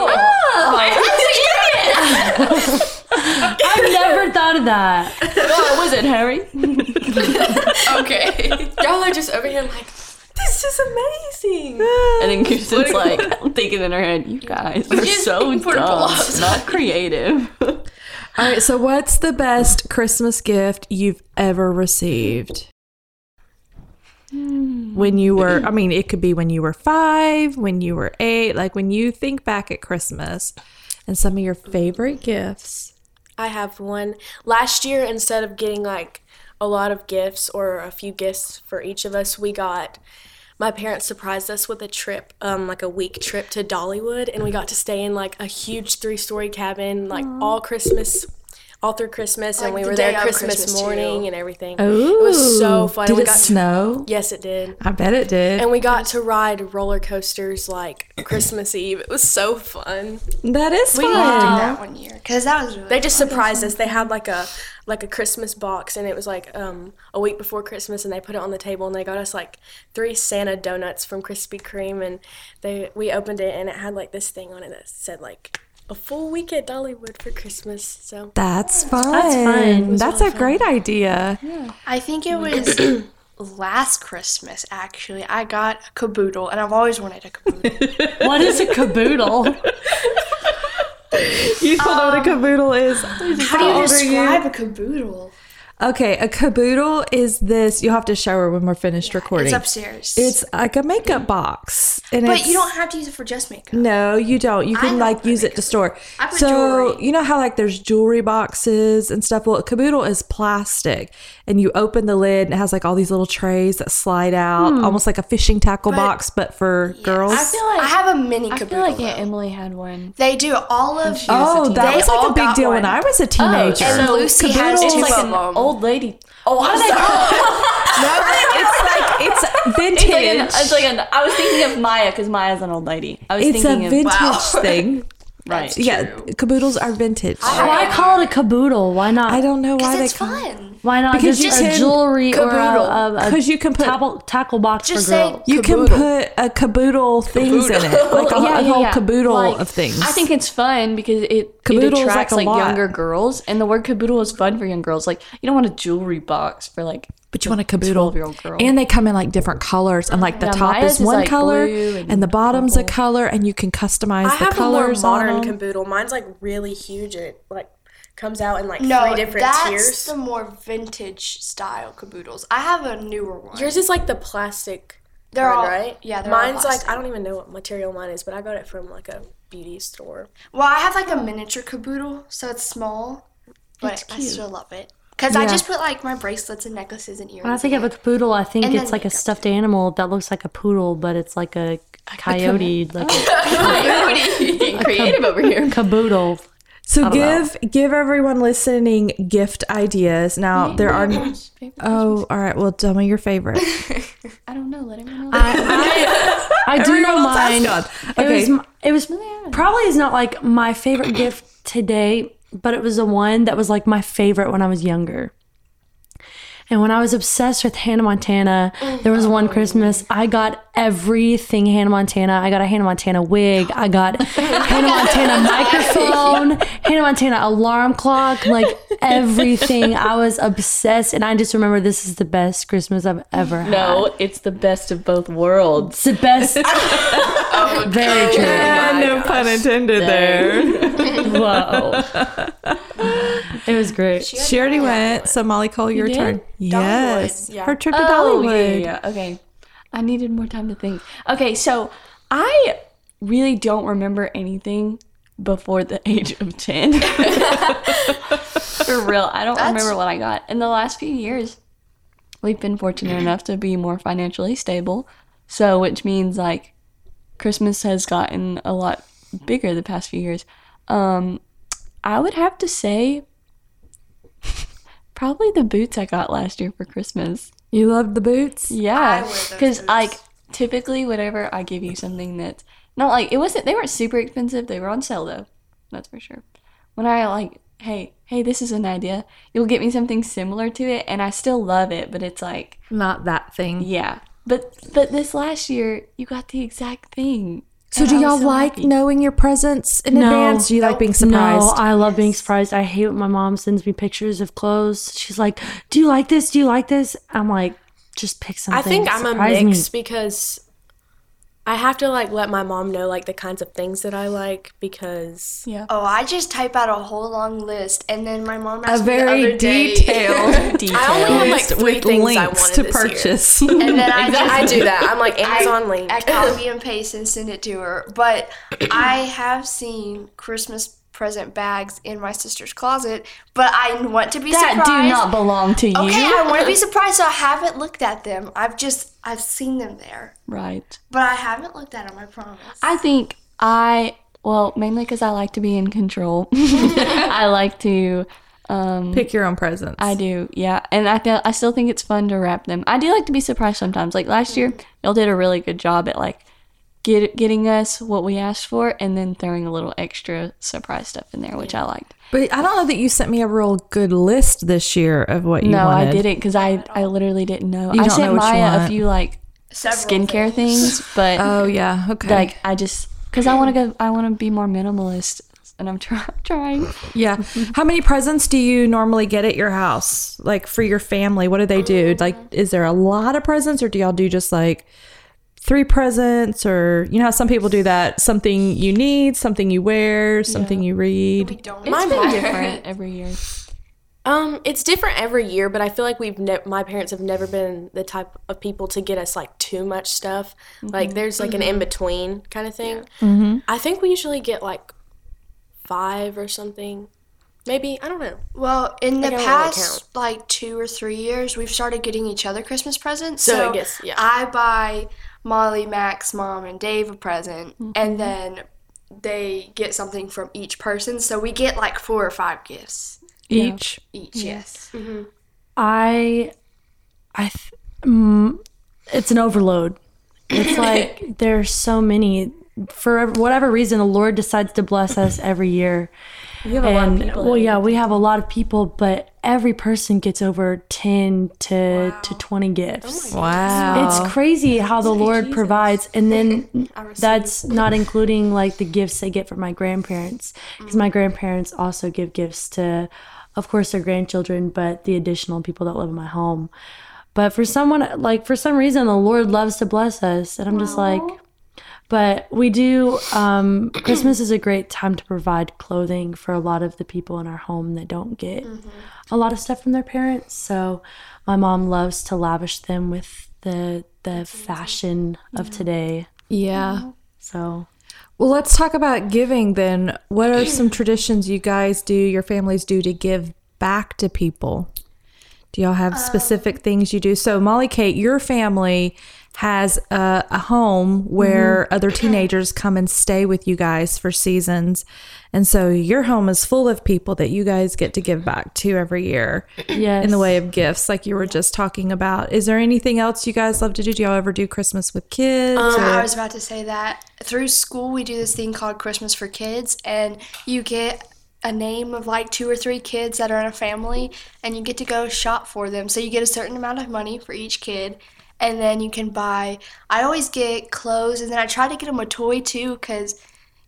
C: I've never thought of that.
D: Oh, was it Harry?
E: y'all are just over here like, this is amazing.
D: And
C: (laughs)
D: then Kirsten's like (laughs) thinking in her head, "You guys are so dumb, not creative." (laughs)
G: All right. So, what's the best Christmas gift you've ever received? When you were, I mean, it could be when you were five, when you were eight, like when you think back at Christmas and some of your favorite gifts.
E: I have one. Last year, instead of getting like a lot of gifts or a few gifts for each of us, we got my parents surprised us with a trip, um, like a week trip to Dollywood, and we got to stay in like a huge three-story cabin, like all Christmas, all through Christmas, and
F: Like
E: we
F: the
E: were
F: day
E: there
F: of
E: Christmas,
F: Christmas,
E: morning
F: too.
E: and everything.
G: Ooh,
E: it was so fun.
G: Did
E: we
G: it
E: got to-
G: snow?
E: yes, it did.
G: I bet it did.
E: And we got to ride roller coasters like Christmas Eve. It was so fun.
G: that is fun.
F: That one year, because that was really.
E: They just surprised us. They had like a like a Christmas box, and it was like um, a week before Christmas, and they put it on the table, and they got us like three Santa donuts from Krispy Kreme, and they we opened it, and it had like this thing on it that said like a full week at Dollywood for Christmas. So
G: That's fun.
C: fun. It was
G: That's a great idea.
F: I think it (clears throat) was last Christmas, actually. I got a caboodle, and I've always wanted a (laughs) caboodle.
C: What is a (laughs) caboodle?
G: You don't know Um, what a caboodle is.
F: How do you describe a caboodle?
G: Okay, a caboodle is this. You'll have to show her when we're finished recording.
F: It's upstairs.
G: It's like a makeup box, and
F: but
G: it's,
F: you don't have to use it for just makeup.
G: No, you don't. You can
F: know
G: like
F: what
G: use it to store.
F: I put
G: so
F: jewelry.
G: you know how like there's jewelry boxes and stuff. Well, a caboodle is plastic, and you open the lid, and it has like all these little trays that slide out,
F: Hmm.
G: almost like a fishing tackle box, but for girls.
F: I feel like I have a mini
D: I
F: caboodle.
D: feel like Aunt
F: though.
D: Emily had one.
F: They do all of.
G: oh, that
F: They
G: was like
F: all
G: a big
F: got
G: deal when
F: one. Oh,
G: I was a teenager.
F: And Lucy has
C: It's
F: two
C: like
F: of
C: an
F: them.
C: old lady.
F: Oh, I'm sorry. (laughs)
G: it's like it's vintage.
D: It's like, an, it's like an, I was thinking of Maya because Maya's an old lady. I was
G: It's a
D: thinking of
G: vintage
F: (laughs)
G: thing.
D: right.
G: Yeah, caboodles are vintage. I,
C: Why call it a caboodle? Why not?
G: don't know why they
F: it's
G: call it-
F: fun.
C: Why not
G: Because
C: just
G: you
C: a
G: can
C: jewelry or a,
F: caboodle.
C: a, a
G: 'Cause you can put-
C: tackle, tackle box
F: Just
C: for
F: say
C: girls?
G: You can put a caboodle things in it, like a,
D: Well, (laughs) yeah,
G: a whole
D: yeah.
G: caboodle
D: Like,
G: of things.
D: I think it's fun because it, it
G: Caboodle is
D: attracts
G: like
D: like,
G: a lot.
D: younger girls, and the word caboodle is fun for young girls. Like you don't want a jewelry box for like
G: but you want a caboodle,
D: 12-year-old girl.
G: and they come in like different colors, and like the
D: Yeah,
G: top
D: Maya's
G: is
D: is,
G: one
D: like,
G: color,
D: blue
G: and,
D: and
G: the bottom's a color, and you can customize
E: I
G: the
E: have a more
G: colors
E: modern
G: on 'em.
E: caboodle. Mine's like really huge, and it like comes out in like
F: No,
E: three different
F: that's
E: tiers.
F: the more vintage style caboodles. I have a newer one.
E: Yours is like the plastic.
F: They're
E: one,
F: all-
E: right.
F: yeah, they're all
E: mine's like
F: plastic.
E: I don't even know what material mine is, but I got it from like a beauty store.
F: well, I have like a miniature caboodle, so it's small, but I still love it because I just put like my bracelets and necklaces and earrings.
C: When I think of a caboodle, I think
F: And
C: it's
F: then
C: like a
F: makeup.
C: stuffed animal that looks like a poodle, but it's like a coyote, like
F: (laughs)
C: (laughs)
D: creative over here.
C: a caboodle.
G: So give give everyone listening gift ideas. Now there
D: (laughs)
G: are oh, all right. Well, tell me your favorite. (laughs)
D: I don't know. Let everyone know.
C: I do know mine.
G: Okay.
C: It was, m- it was probably is not like my favorite gift today, but it was the one that was like my favorite when I was younger. And when I was obsessed with Hannah Montana, there was one Christmas I got everything Hannah Montana. I got a Hannah Montana wig. I got Hannah Montana microphone, Hannah Montana alarm clock, like everything. I was obsessed, and I just remember this is the best Christmas I've ever had.
D: no, oh, it's the best of both worlds.
C: It's the
E: (laughs)
C: best.
E: Oh,
C: Very true.
D: Oh
G: no pun intended there.
C: Whoa. it was great.
G: She already went. So Molly Cole, your turn. Yes, her trip to
D: Oh, yeah,
G: Dollywood.
D: yeah, yeah. Okay. I needed more time to think. Okay, so I really don't remember anything before the (laughs) age of 10. For real, I don't remember what I got. In the last few years, we've been fortunate enough to be more financially stable. So, which means like Christmas has gotten a lot bigger the past few years. Um, I would have to say (laughs) probably the boots I got last year for Christmas.
G: You loved the boots.
D: Yeah, because like typically, whenever I give you something that's not like it wasn't, they weren't super expensive. They were on sale though, that's for sure. When I like, hey, hey, this is an idea. You'll get me something similar to it, and I still love it, but it's like,
G: Not that thing.
D: yeah. But but this last year, you got the exact thing.
G: So do y'all like knowing your presents in
C: No.
G: advance? Do you like being surprised?
C: No, I love being surprised. I hate when my mom sends me pictures of clothes. She's like, "Do you like this? Do you like this?" I'm like, "Just pick something."
E: I think I'm
C: Surprise
E: a
C: me."
E: mix because I have to like let my mom know like the kinds of things that I like because
F: Oh, I just type out a whole long list, and then my mom
G: a
F: asked me the
G: very
F: other day,
G: detailed
E: I only have like
G: list
E: three
G: with
E: things I
G: links
E: wanted
G: to
D: (laughs)
E: this year.
G: purchase.
F: and then I just
E: I do that. I'm like Amazon link.
F: I copy and paste and send it to her. But I have seen Christmas present bags in my sister's closet, but I want to be
D: That
F: surprised.
D: do not belong to you,
F: Okay, I want to be surprised, so I haven't looked at them. I've just I've seen them there,
D: right?
F: but I haven't looked at them. I promise.
D: I think I well mainly because I like to be in control. (laughs) I like to
G: Pick your own presents.
D: I do, yeah, and I feel, I still think it's fun to wrap them. I do like to be surprised sometimes. Like last year, y'all did a really good job at like get, getting us what we asked for and then throwing a little extra surprise stuff in there, which I liked.
G: But I don't know that you sent me a real good list this year of what you
D: no,
G: wanted.
D: I didn't because I, I literally didn't know.
G: You
D: I
G: don't
D: sent
G: know what you
D: Maya a
G: want.
D: few like skincare things, but
G: Oh yeah. Okay.
D: like I just because I want to go, I want to be more minimalist, and I'm try, (laughs) trying.
G: yeah. How many presents do you normally get at your house? Like for your family, what do they do? Like, is there a lot of presents, or do y'all do just like three presents, or you know, how some people do that? Something you need, something you wear, something you read.
D: It's been different every year.
E: Um, it's different every year, but I feel like we've ne- my parents have never been the type of people to get us like too much stuff. Like there's like an in between kind of thing. I think we usually get like five or something, maybe I don't know.
F: Well, in the
E: don't really
F: past like two or three years, we've started getting each other Christmas presents.
E: So,
F: So,
E: I guess, yeah.
F: I buy Molly, Max, Mom, and Dave a present,
E: Mm-hmm.
F: and then they get something from each person. So we get like four or five gifts
G: Each.
F: each. Yes.
C: I, I, th- mm, it's an overload. (laughs) It's like there's so many. For whatever reason, the Lord decides to bless us every year. We have a lot of people. Well, yeah, we have a lot of people, but every person gets over 10 to, to 20 gifts.
G: Wow.
C: It's crazy how the Lord provides, and then that's not including like the gifts they get from my grandparents, because my grandparents also give gifts to, of course, their grandchildren, but the additional people that live in my home. But for someone like for some reason, the Lord loves to bless us, and I'm just like, but we do. Um, (clears throat) Christmas is a great time to provide clothing for a lot of the people in our home that don't get a lot of stuff from their parents. So my mom loves to lavish them with the the fashion of today.
G: yeah.
C: So
G: Well, let's talk about giving then. What
D: (clears throat)
G: are some traditions you guys do, your families do to give back to people? Do y'all have specific
C: Um,
G: things you do? So, Molly Kate, your family has a, a home where
C: Mm-hmm. (clears throat)
G: other teenagers come and stay with you guys for seasons. And so your home is full of people that you guys get to give back to every year
C: yes,
G: in the way of gifts, like you were just talking about. Is there anything else you guys love to do? Do y'all ever do Christmas with kids?
F: So
D: Um,
G: or-
F: I was about to say that through school we do this thing called Christmas for Kids, and you get a name of like two or three kids that are in a family, and you get to go shop for them. So you get a certain amount of money for each kid, and then you can buy. I always get clothes, and then I try to get them a toy too, because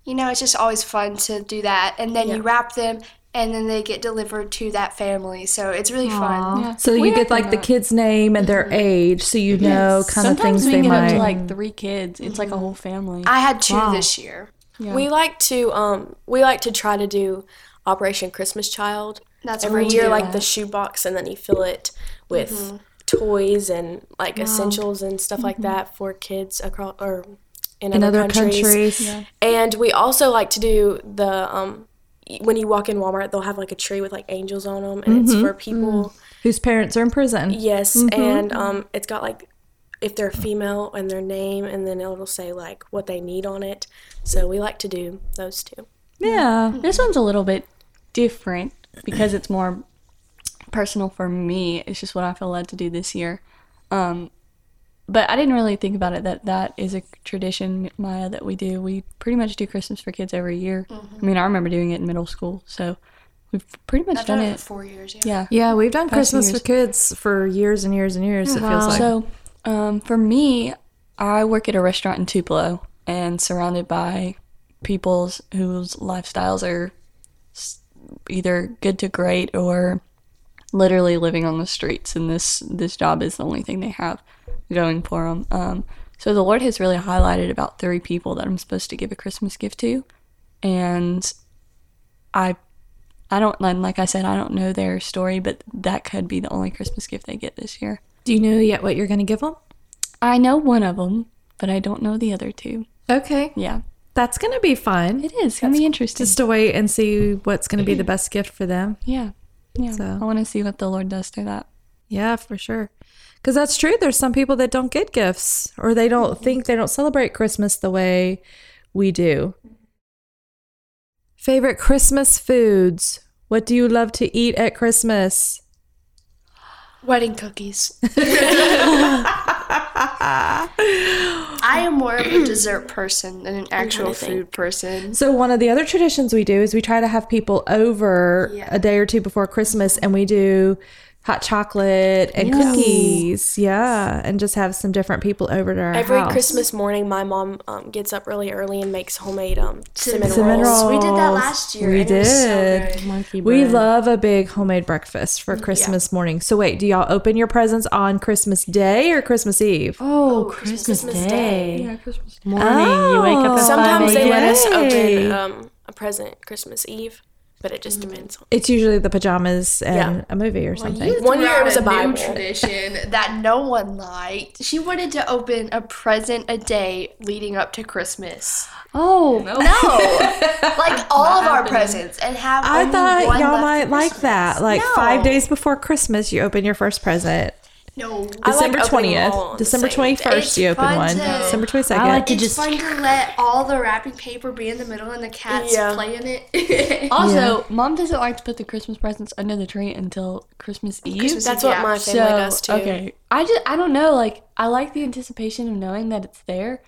F: you know it's just always fun to do that. And then you wrap them, and then they get delivered to that family. So it's really fun.
G: So you get like the kid's name and their age, so you know kind
D: Mm-hmm.
G: of
D: Sometimes
G: things
D: we
G: they
D: get up
G: might.
D: to like three kids. It's like a whole family.
F: I had two this year.
E: We like to um we like to try to do Operation Christmas Child
F: That's
E: every
F: what I
E: year,
F: do.
E: like the shoebox, and then you fill it with toys and like essentials and stuff like that for kids across or Mm-hmm. in,
G: in
E: other,
G: other countries.
E: countries. And we also like to do the um y- when you walk in Walmart, they'll have like a tree with like angels on them, and it's for people.
G: whose parents are in prison.
E: Yes, and um, it's got like if they're female and their name, and then it'll say like what they need on it. So we like to do those two.
G: Yeah.
D: This one's a little bit different because it's more personal for me. It's just what I feel led to do this year. Um, but I didn't really think about it that that is a tradition, Maya, that we do. We pretty much do Christmas for kids every year. I mean, I remember doing it in middle school, so we've pretty much
F: I've
D: done
F: done it
D: it.
F: for four years. Yeah.
D: Yeah.
G: Yeah, we've done Christmas
D: Mm-hmm. years. Oh,
G: for kids for years and years and years, it feels like.
D: So, um, for me, I work at a restaurant in Tupelo and surrounded by people's whose lifestyles are s- either good to great or literally living on the streets. And this this job is the only thing they have going for them. Um, so the Lord has really highlighted about three people that I'm supposed to give a Christmas gift to, and I I don't and like I said I don't know their story, but that could be the only Christmas gift they get this year.
G: Do you know yet what you're going to give them?
D: I know one of them, but I don't know the other two.
G: Okay.
D: Yeah,
G: That's going to be fun.
D: it is gonna be interesting.
G: Just to wait and see what's going to
D: Mm-hmm.
G: be the best gift for them.
D: yeah, yeah.
G: So-
D: I want to see what the Lord does through that.
G: Yeah, for sure. Because that's true. There's some people that don't get gifts or they don't
E: Mm-hmm.
G: think they don't celebrate Christmas the way we do. Favorite Christmas foods? What do you love to eat at Christmas?
E: (laughs)
F: Wedding cookies. I am more of
G: (clears throat)
F: a dessert person than an actual food person.
G: So one of the other traditions we do is we try to have people over a day or two before Christmas and we do hot chocolate and cookies. Yeah, and just have some different people over to our
E: Every
G: house.
E: Christmas morning, my mom um, gets up really early and makes homemade um, cinnamon,
G: Cinnamon
E: rolls.
G: rolls.
F: We did that last year.
G: Oh, We
F: and it was so
G: did.
F: good.
C: Monkey
G: We
C: bread.
G: love a big homemade breakfast
F: Mm,
G: for Christmas morning. So wait, do y'all open your presents on Christmas Day or Christmas Eve?
C: Oh, Christmas,
E: Christmas
C: Day.
E: Day. Oh.
C: Morning, you wake up at
E: Sometimes
C: 5
E: they let
C: a.m.
E: us
G: Yay.
E: open um, a present Christmas Eve, but it just depends on.
G: It's usually the pajamas and
E: Yeah.
G: a movie or something.
E: One year it was a
F: Throughout new
E: Bible.
F: tradition that no one liked. She wanted to open a present a day leading up to Christmas.
C: Oh,
F: No, (laughs) like all of our presents and have.
G: I
F: only
G: thought
F: one
G: y'all might
F: left for
G: like
F: Christmas.
G: that. Like
F: No.
G: five days before Christmas, you open your first present.
F: No,
G: December
E: like opening them all on the
G: 20th. December
E: same day.
G: 21st,
F: It's
G: you open
F: fun
G: one.
F: to-
G: December 22nd.
C: I like to
F: it's
C: just.
F: fun to let all the wrapping paper be in the middle and the cats
E: Yeah.
F: play in it. (laughs)
D: Also, mom doesn't like to put the Christmas presents under the tree until Christmas Eve.
E: That's what
F: Yeah.
E: my family does too.
D: okay, I just I don't know. Like I like the anticipation of knowing that it's there,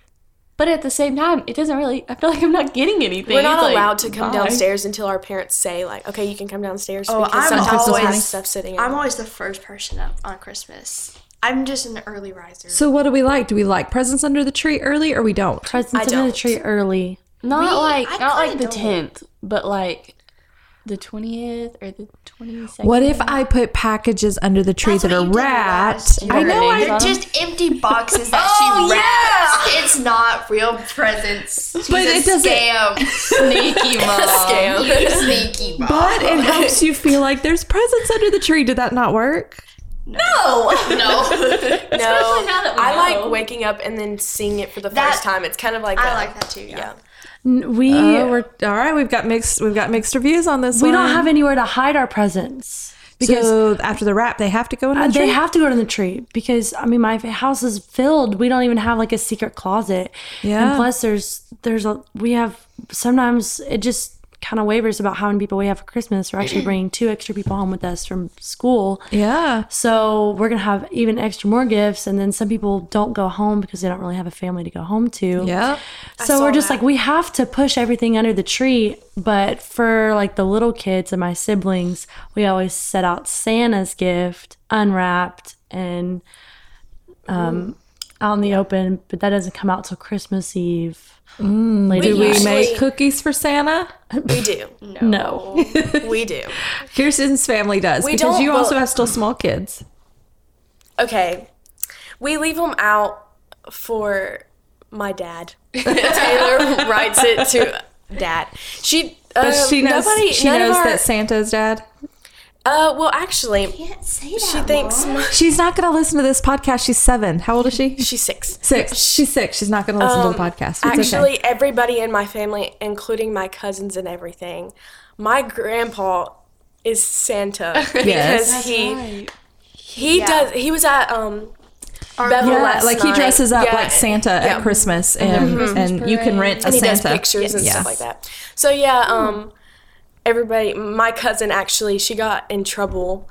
D: but at the same time, it doesn't really. I feel like I'm not getting anything.
E: We're not
D: It's like,
E: allowed to come
D: bye.
E: downstairs until our parents say, like, okay, you can come downstairs
F: Oh,
E: because
F: I'm
E: sometimes we'll have
F: always-
E: stuff sitting.
F: I'm
E: out.
F: always the first person up on Christmas. I'm just an early riser.
G: so what do we like? Do we like presents under the tree early or we don't?
C: Presents
E: I
C: under the
E: don't.
C: tree early.
D: Not
F: We-
D: like
F: I
D: not like
F: kinda
D: the tenth, but like the twentieth or the twenty second.
G: What if I put packages under the tree
F: That's
G: that
F: what
G: are
F: you did
G: wrapped?
F: last year.
G: I know I
D: Names
F: They're
D: on 'em?
F: just empty boxes that she wraps. It's not real presents. She's
G: But
F: a
G: it doesn't-
F: scam. (laughs) Sneaky mom. You sneaky mom.
G: but it helps you feel like there's presents under the tree. Did that not work?
F: (laughs) no.
E: No,
D: now that we
E: I
D: know.
E: like waking up and then seeing it for the
F: That-
E: first time. It's kind of like
F: I
E: a-
F: like that too. Yeah.
C: N- We
G: Oh, we're all right. We've got mixed. We've got mixed reviews on this.
C: we
G: one.
C: don't have anywhere to hide our presents because
G: so after the wrap, they have to go in the
C: uh,
G: tree.
C: they have to go to the tree because I mean my house is filled. We don't even have like a secret closet.
G: Yeah.
C: And plus, there's there's a we have sometimes it just kind of wavers about how many people we have for Christmas. We're
G: (clears throat)
C: actually bringing two extra people home with us from school.
G: yeah.
C: So we're gonna have even extra more gifts, and then some people don't go home because they don't really have a family to go home to.
G: Yeah.
C: So we're just like we have to push everything under the tree, but for like the little kids and my siblings, we always set out Santa's gift unwrapped and um, out in the open. But that doesn't come out till Christmas Eve. Later
G: Do we
C: that-
G: make cookies for Santa?
E: We do.
C: no.
E: We do.
G: Kirsten's family does because
E: don't,
G: you
E: well-
G: also have still small kids.
E: Okay. We leave them out for my
G: (laughs)
E: dad. Taylor writes it to dad. She. Uh,
G: But she knows.
E: nobody,
G: she
E: none of
G: knows
E: our-
G: that Santa's dad.
E: Uh, well, actually,
F: Say that.
E: she thinks my,
G: She's not going to listen to this podcast. She's seven. How old is she?
E: she's six.
G: Six. She's six. She's not going to listen to the podcast. It's
E: Um, Actually,
G: okay.
E: everybody in my family, including my cousins and everything, my grandpa is Santa because
G: (laughs) Yes.
E: he he does. He was at um Bevel
G: yeah,
E: last
G: like he
E: night.
G: dresses up
E: Yeah,
G: like Santa at
E: yeah.
G: Christmas, and and you can rent a
E: and he
G: Santa.
E: does pictures and
G: Yeah.
E: stuff like that. So yeah, um, everybody. My cousin actually, she got in trouble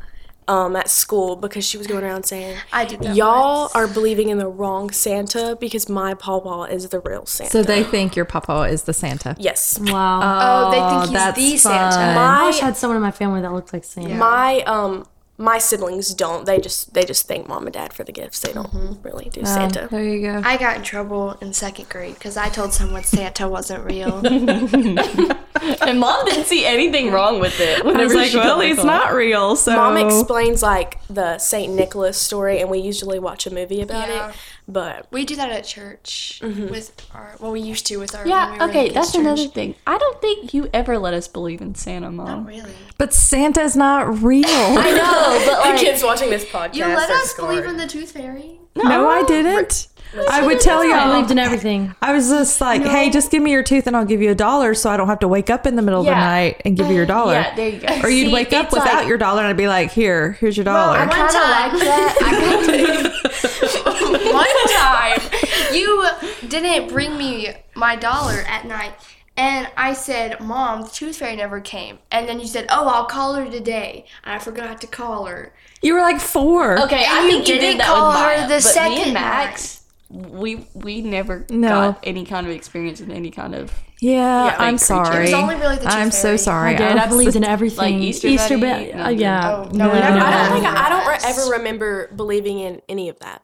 E: um, at school because she was going around saying,
F: I did that
E: "Y'all are believing in the wrong Santa because my pawpaw is the real Santa."
G: So they think your papa is the Santa.
E: yes,
C: Wow.
F: Oh, they
G: Oh,
F: think he's
G: that's
F: the Santa.
G: fun.
C: I
E: my
C: always had someone in my family that looked like Santa.
E: my um. My siblings don't. They just they just thank mom and dad for the gifts. They don't really do Santa.
G: There you go.
F: I got in trouble in second grade because I told someone Santa wasn't real.
D: And mom didn't see anything wrong with it.
G: I was like, well, he's not real. So
E: Mom explains like the Saint Nicholas story, and we usually watch a movie about
F: Yeah.
E: it. But
F: we do that at church with our. Well, we used to with our. when we
D: Yeah,
F: were in
D: okay,
F: kids'
D: that's
F: church.
D: another thing. I don't think you ever let us believe in Santa, mom.
F: Really.
G: but Santa's
E: (laughs)
G: not real.
D: No, but
E: the kids watching this podcast,
F: You let
E: are
F: us
E: scarred.
F: believe in the tooth fairy.
G: no, I didn't. I would tell
C: I
G: y'all.
C: believed in everything.
G: I was just like, hey, just give me your tooth and I'll give you a dollar so I don't have to wake up in the middle of the
D: Yeah.
G: night and give you your dollar.
D: yeah, there you go.
G: Or you'd
D: See,
G: wake up
D: it's
G: without
D: like-
G: your dollar and I'd be like, here, here's your dollar.
F: One time, (laughs) I one time, you didn't bring me my dollar at night, and I said, "Mom, the tooth fairy never came." And then you said, "Oh, I'll call her today." And I forgot to call her.
G: you were like four.
D: Okay,
F: And
D: I
F: you
D: think you
F: didn't
D: did that
F: call
D: with
F: her
D: Maya,
F: the
D: but me
F: second
D: and Max we we never
G: No.
D: got any kind of experience in any kind of
G: Yeah,
D: like
G: I'm
D: creatures.
G: sorry.
F: It was only really the
G: I'm
F: tooth
G: so
F: fairy.
G: sorry.
C: Dad, I (laughs) believed in everything.
D: Easter
C: Easter
D: Bunny?
C: Ba-
D: No.
C: uh, yeah.
F: Oh, no, we never
E: I
F: did
E: don't think
F: that.
E: I, I don't ever remember believing in any of that.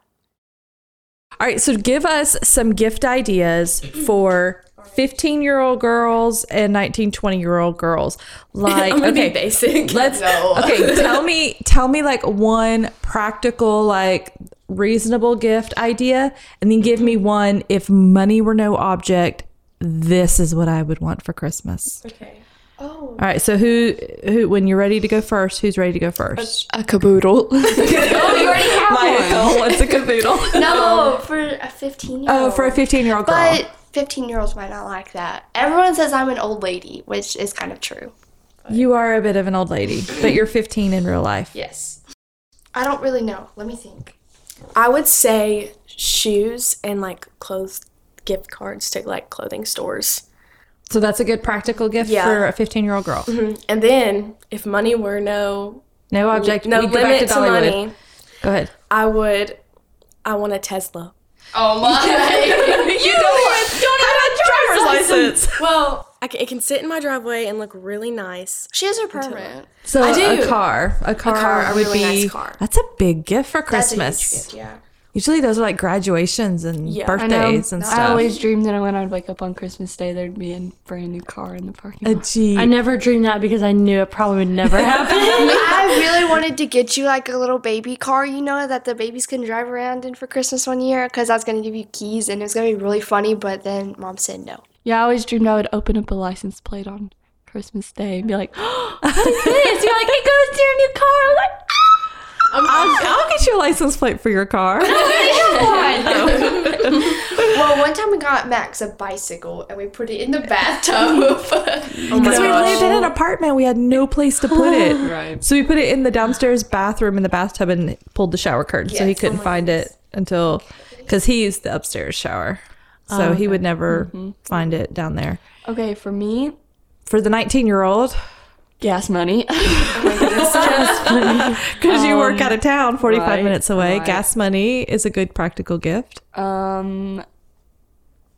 A: All right, so give us some gift ideas for 15 year old girls and 19, 20 year old girls. Like,
E: (laughs) I'm gonna
A: okay,
E: be basic. (laughs)
A: Let's okay. Tell me, tell me like one practical, like reasonable gift idea, and then give me one. If money were no object, this is what I would want for Christmas. Okay. Oh. All right. So who who when you're ready to go first? Who's ready to go first?
D: a caboodle.
A: Michael
E: Oh, (laughs)
A: wants a caboodle.
F: (laughs) No, for a 15 year old.
A: oh, for a 15 year old girl.
F: But 15 year olds might not like that. Everyone says I'm an old lady, which is kind of true.
A: you are a bit of an old lady, but you're 15 in real life.
F: Yes. I don't really know. Let me think.
E: I would say shoes and like clothes gift cards to like clothing stores.
A: So that's a good practical gift
E: Yeah. Mm-hmm.
A: for a 15 year old girl.
E: And then if money were no
A: No object.
E: no
A: we go back
E: limit to,
A: Dollywood.
E: money,
A: Go ahead.
E: I would I want a Tesla.
B: Oh
E: (laughs)
B: my!
A: You don't, don't have a driver's license.
E: Well, I can, it can sit in my driveway and look really nice.
F: She has her permit.
A: So
E: I
A: a
E: do.
A: car, a car,
E: car, a
A: would
E: really
A: be
E: nice car.
A: that's a big gift for Christmas.
F: yeah.
G: Usually those are like graduations and
E: Yeah.
D: I know.
G: birthdays and stuff.
D: I always dreamed that when I'd wake up on Christmas Day, there'd be a brand new car in the parking
G: Uh,
D: lot.
G: gee.
C: I never dreamed that because I knew it probably would (laughs) never happen.
F: I really wanted to get you like a little baby car, you know, that the babies can drive around in for Christmas one year because I was going to give you keys and it was going to be really funny, but then mom said no.
D: Yeah, I always dreamed I would open up a license plate on Christmas Day and be like, (gasps) "What is this?" You're like, "It goes to your new car." I'm like,
G: I'll, I'll get you a license plate for your
E: (laughs)
G: car.
F: Well, one time we got Max a bicycle and we put it (laughs) in the bathtub.
G: Because we lived in an apartment, we had no place to put it.
D: Right.
G: So we put it in the downstairs bathroom in the bathtub and pulled the shower curtain, so he couldn't find it until because he used the upstairs shower, so he would never find it down there.
D: "Okay, for me,
G: For the 19 year old,
D: gas money." (laughs)
G: because you work out of town, 45
D: right,
G: minutes away,
D: right.
G: gas money is a good practical gift.
D: um,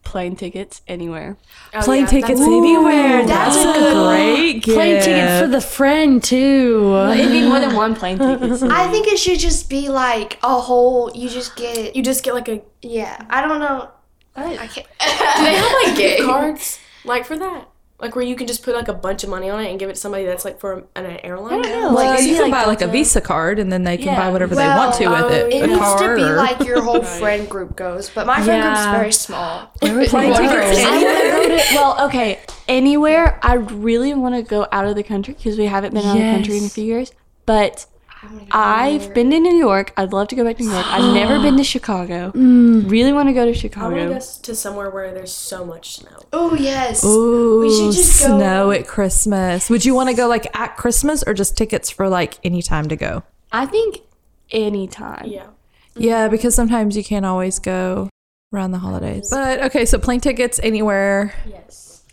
D: plane tickets anywhere.
G: Plane tickets anywhere. That's, a, great gift.
C: Plane tickets for the friend too.
D: (laughs) It'd be more than one plane ticket.
F: I think it should just be like a whole, you just get,
E: You just get like a
F: yeah. I don't know. I can't. (laughs)
E: gift cards like for that. Like where you can just put like a bunch of money on it and give it to somebody that's like for an airline.
G: Well, you can buy like a Visa card, and then they can buy whatever they want to with it.
F: It
G: a
F: needs to
G: car
F: be
G: or-
F: like your whole friend group goes, but my friend group's
C: Yeah.
F: very small. (laughs)
G: plane tickets.
D: (laughs) I wanna go to- well, okay, anywhere. I really want to go out of the country because we haven't been out of the country in a few years. But I've been to New York. I'd love to go back to New York. (gasps) I've never been to Chicago. Really want to Mm. go to
E: I want to
D: Chicago.
E: go s- to somewhere where there's so much snow.
F: Oh yes.
G: Ooh,
F: We should just go-
G: snow at Christmas. Would you want to go like at Christmas or just tickets for like any time to go?
D: I think anytime.
E: Yeah.
G: Yeah, because sometimes you can't always go around the holidays. But okay, so plane tickets anywhere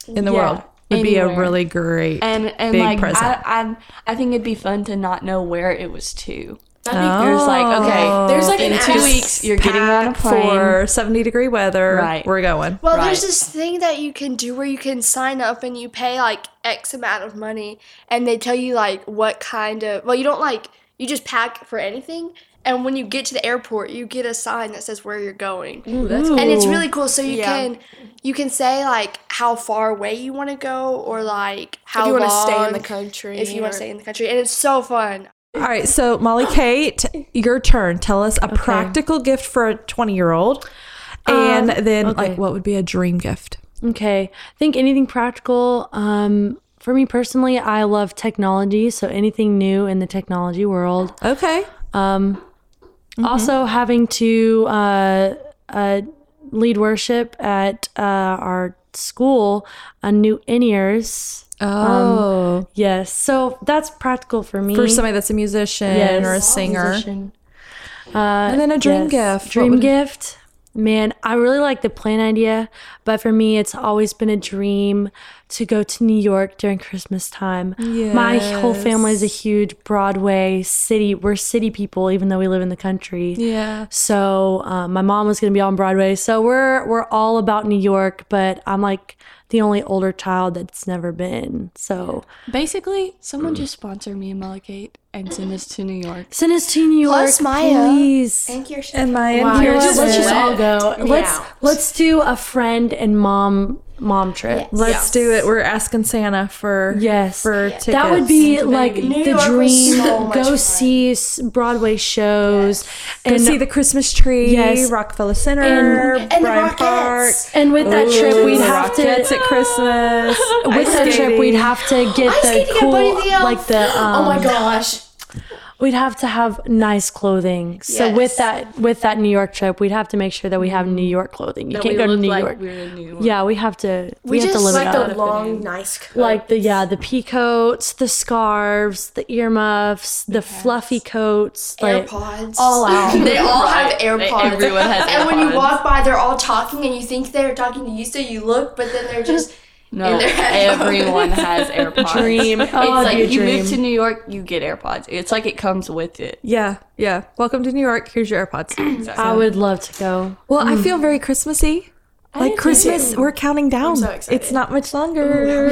G: in the
D: Yeah,
G: world would be a
D: anywhere.
G: really great
D: And and
G: big
D: like
G: present.
D: I, I I think it'd be fun to not know where it was to.
E: That'd be
D: It was like okay,
E: There's like
D: in
E: an
D: two
E: app.
D: weeks you're getting on a
G: Pack
D: plane.
G: for 70 degree weather.
D: Right.
G: We're going.
F: Well,
D: Right.
F: there's this thing that you can do where you can sign up and you pay like X amount of money, and they tell you like what kind of. Well, you don't like you just pack for anything, and when you get to the airport, you get a sign that says where you're going, and it's really cool. So you can you can say like how far away you want to go, or like how
E: if you
F: want to
E: stay in the country.
F: If you want
E: or-
F: to stay in the country, and it's so fun.
G: All right, so Molly Kate, your turn. Tell us a practical gift for a 20 year old. And then, like, what would be a dream gift?
C: Okay. I think anything practical. Um, for me personally, I love technology, so anything new in the technology world.
G: Okay.
C: Also, having to uh, uh, lead worship at uh, our school on new in ears. Um,
G: Oh.
C: Yes, so that's practical for me.
G: for somebody that's a musician
C: Yes.
G: or a singer.
C: Musician.
G: And then a dream
C: Yes.
G: gift.
C: Dream
G: What would-
C: gift. Man, I really like the plan idea, but for me, it's always been a dream to go to New York during Christmas time. My whole family is a huge Broadway city. We're city people, even though we live in the country.
D: Yeah.
C: So um, my mom was going to be on Broadway. So we're we're all about New York, but I'm like the only older child that's never been. So
D: Basically,
C: Mm.
D: someone just sponsor me and Melicate and send us to New York.
C: send us to New York,
F: Plus Maya.
C: please.
F: Thank you.
G: And my
C: Wow,
G: here
C: let's
G: it
C: just- let's
G: is.
C: just all go. Let's let's do a friend and mom mom trip.
G: Let's do it. We're asking Santa for
C: Yes.
G: for tickets.
C: That would be like the
F: York was
C: dream.
F: so much
C: go
F: fun.
C: see s- Broadway shows
G: Go
C: and
G: see the Christmas tree,
C: Yes.
G: Rockefeller Center,
C: And-
F: And the
G: Bryant Park.
F: Rockettes.
C: and with that trip we'd
G: Ooh,
C: have to
G: Rockettes at Christmas.
C: (laughs)
G: (laughs)
C: with
G: Ice
C: that trip
G: skating.
C: we'd have to get the
F: skating at
C: cool
F: Buddy the Elf.
C: like the um,
B: Oh my gosh.
C: we'd have to have nice clothing. So with
F: Yes.
C: that with that New York trip we'd have to make sure that we have New York clothing. You
D: That
C: can't
D: we
C: go to
D: look
C: New
D: like
C: York.
D: We're in New York.
C: Yeah, we have to we, have to
F: just
C: live it
F: like
C: up.
E: The long, nice coat.
C: like the yeah the pea coats the scarves the earmuffs the fluffy coats like
F: AirPods.
C: all out
F: (laughs) They all have AirPods.
D: everyone
C: (laughs)
D: has
F: And when
D: AirPods.
F: you walk by, they're all talking, and you think they're talking to you, so you look, but then they're just.
D: No,
F: And they're-
D: everyone
C: (laughs)
D: has AirPods.
C: dream
D: It's
C: oh
D: like
C: your
D: you
C: dream
D: move to New York, you get AirPods. It's like it comes with it.
G: Yeah, yeah. Welcome to New York. Here's your AirPods. Uh,
C: I would love to go
G: well, I feel very Christmassy. Like Christmas, we're counting down. it's not much longer.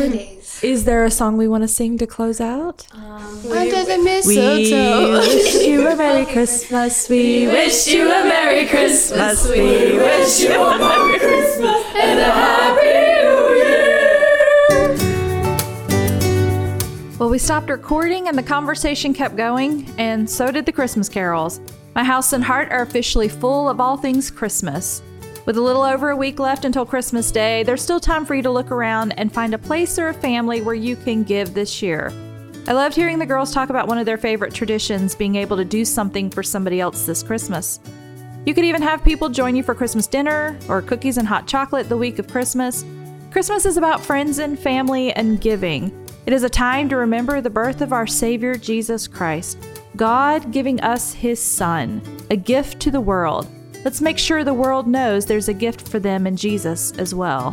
G: Is there a song we want to sing to close out?
D: Under the
G: We wish you a Merry Christmas. We wish you a Merry Christmas. We wish you a Merry Christmas and a Happy New Year.
A: Well, we stopped recording and the conversation kept going, and so did the Christmas carols. My house and heart are officially full of all things Christmas. With a little over a week left until Christmas Day, there's still time for you to look around and find a place or a family where you can give this year. I loved hearing the girls talk about one of their favorite traditions being able to do something for somebody else this Christmas. You could even have people join you for Christmas dinner or cookies and hot chocolate the week of Christmas. Christmas is about friends and family and giving. It is a time to remember the birth of our Savior Jesus Christ, God giving us His Son, a gift to the world. Let's make sure the world knows there's a gift for them in Jesus as well.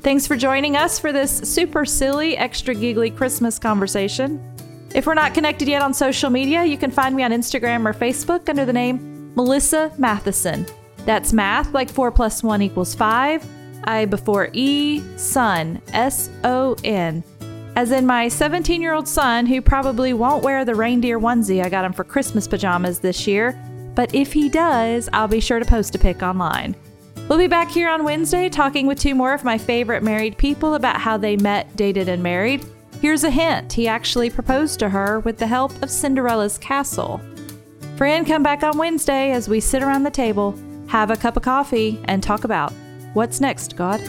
A: Thanks for joining us for this super silly, extra giggly Christmas conversation. If we're not connected yet on social media, you can find me on Instagram or Facebook under the name Melissa Matheson. That's math, like 4 plus 1 equals 5. I before E, son, S O N. As in my 17 year old son, who probably won't wear the reindeer onesie I got him for Christmas pajamas this year, but if he does, I'll be sure to post a pic online. We'll be back here on Wednesday talking with two more of my favorite married people about how they met, dated, and married. Here's a hint he actually proposed to her with the help of Cinderella's castle. Fran, come back on Wednesday as we sit around the table, have a cup of coffee, and talk about what's next, God.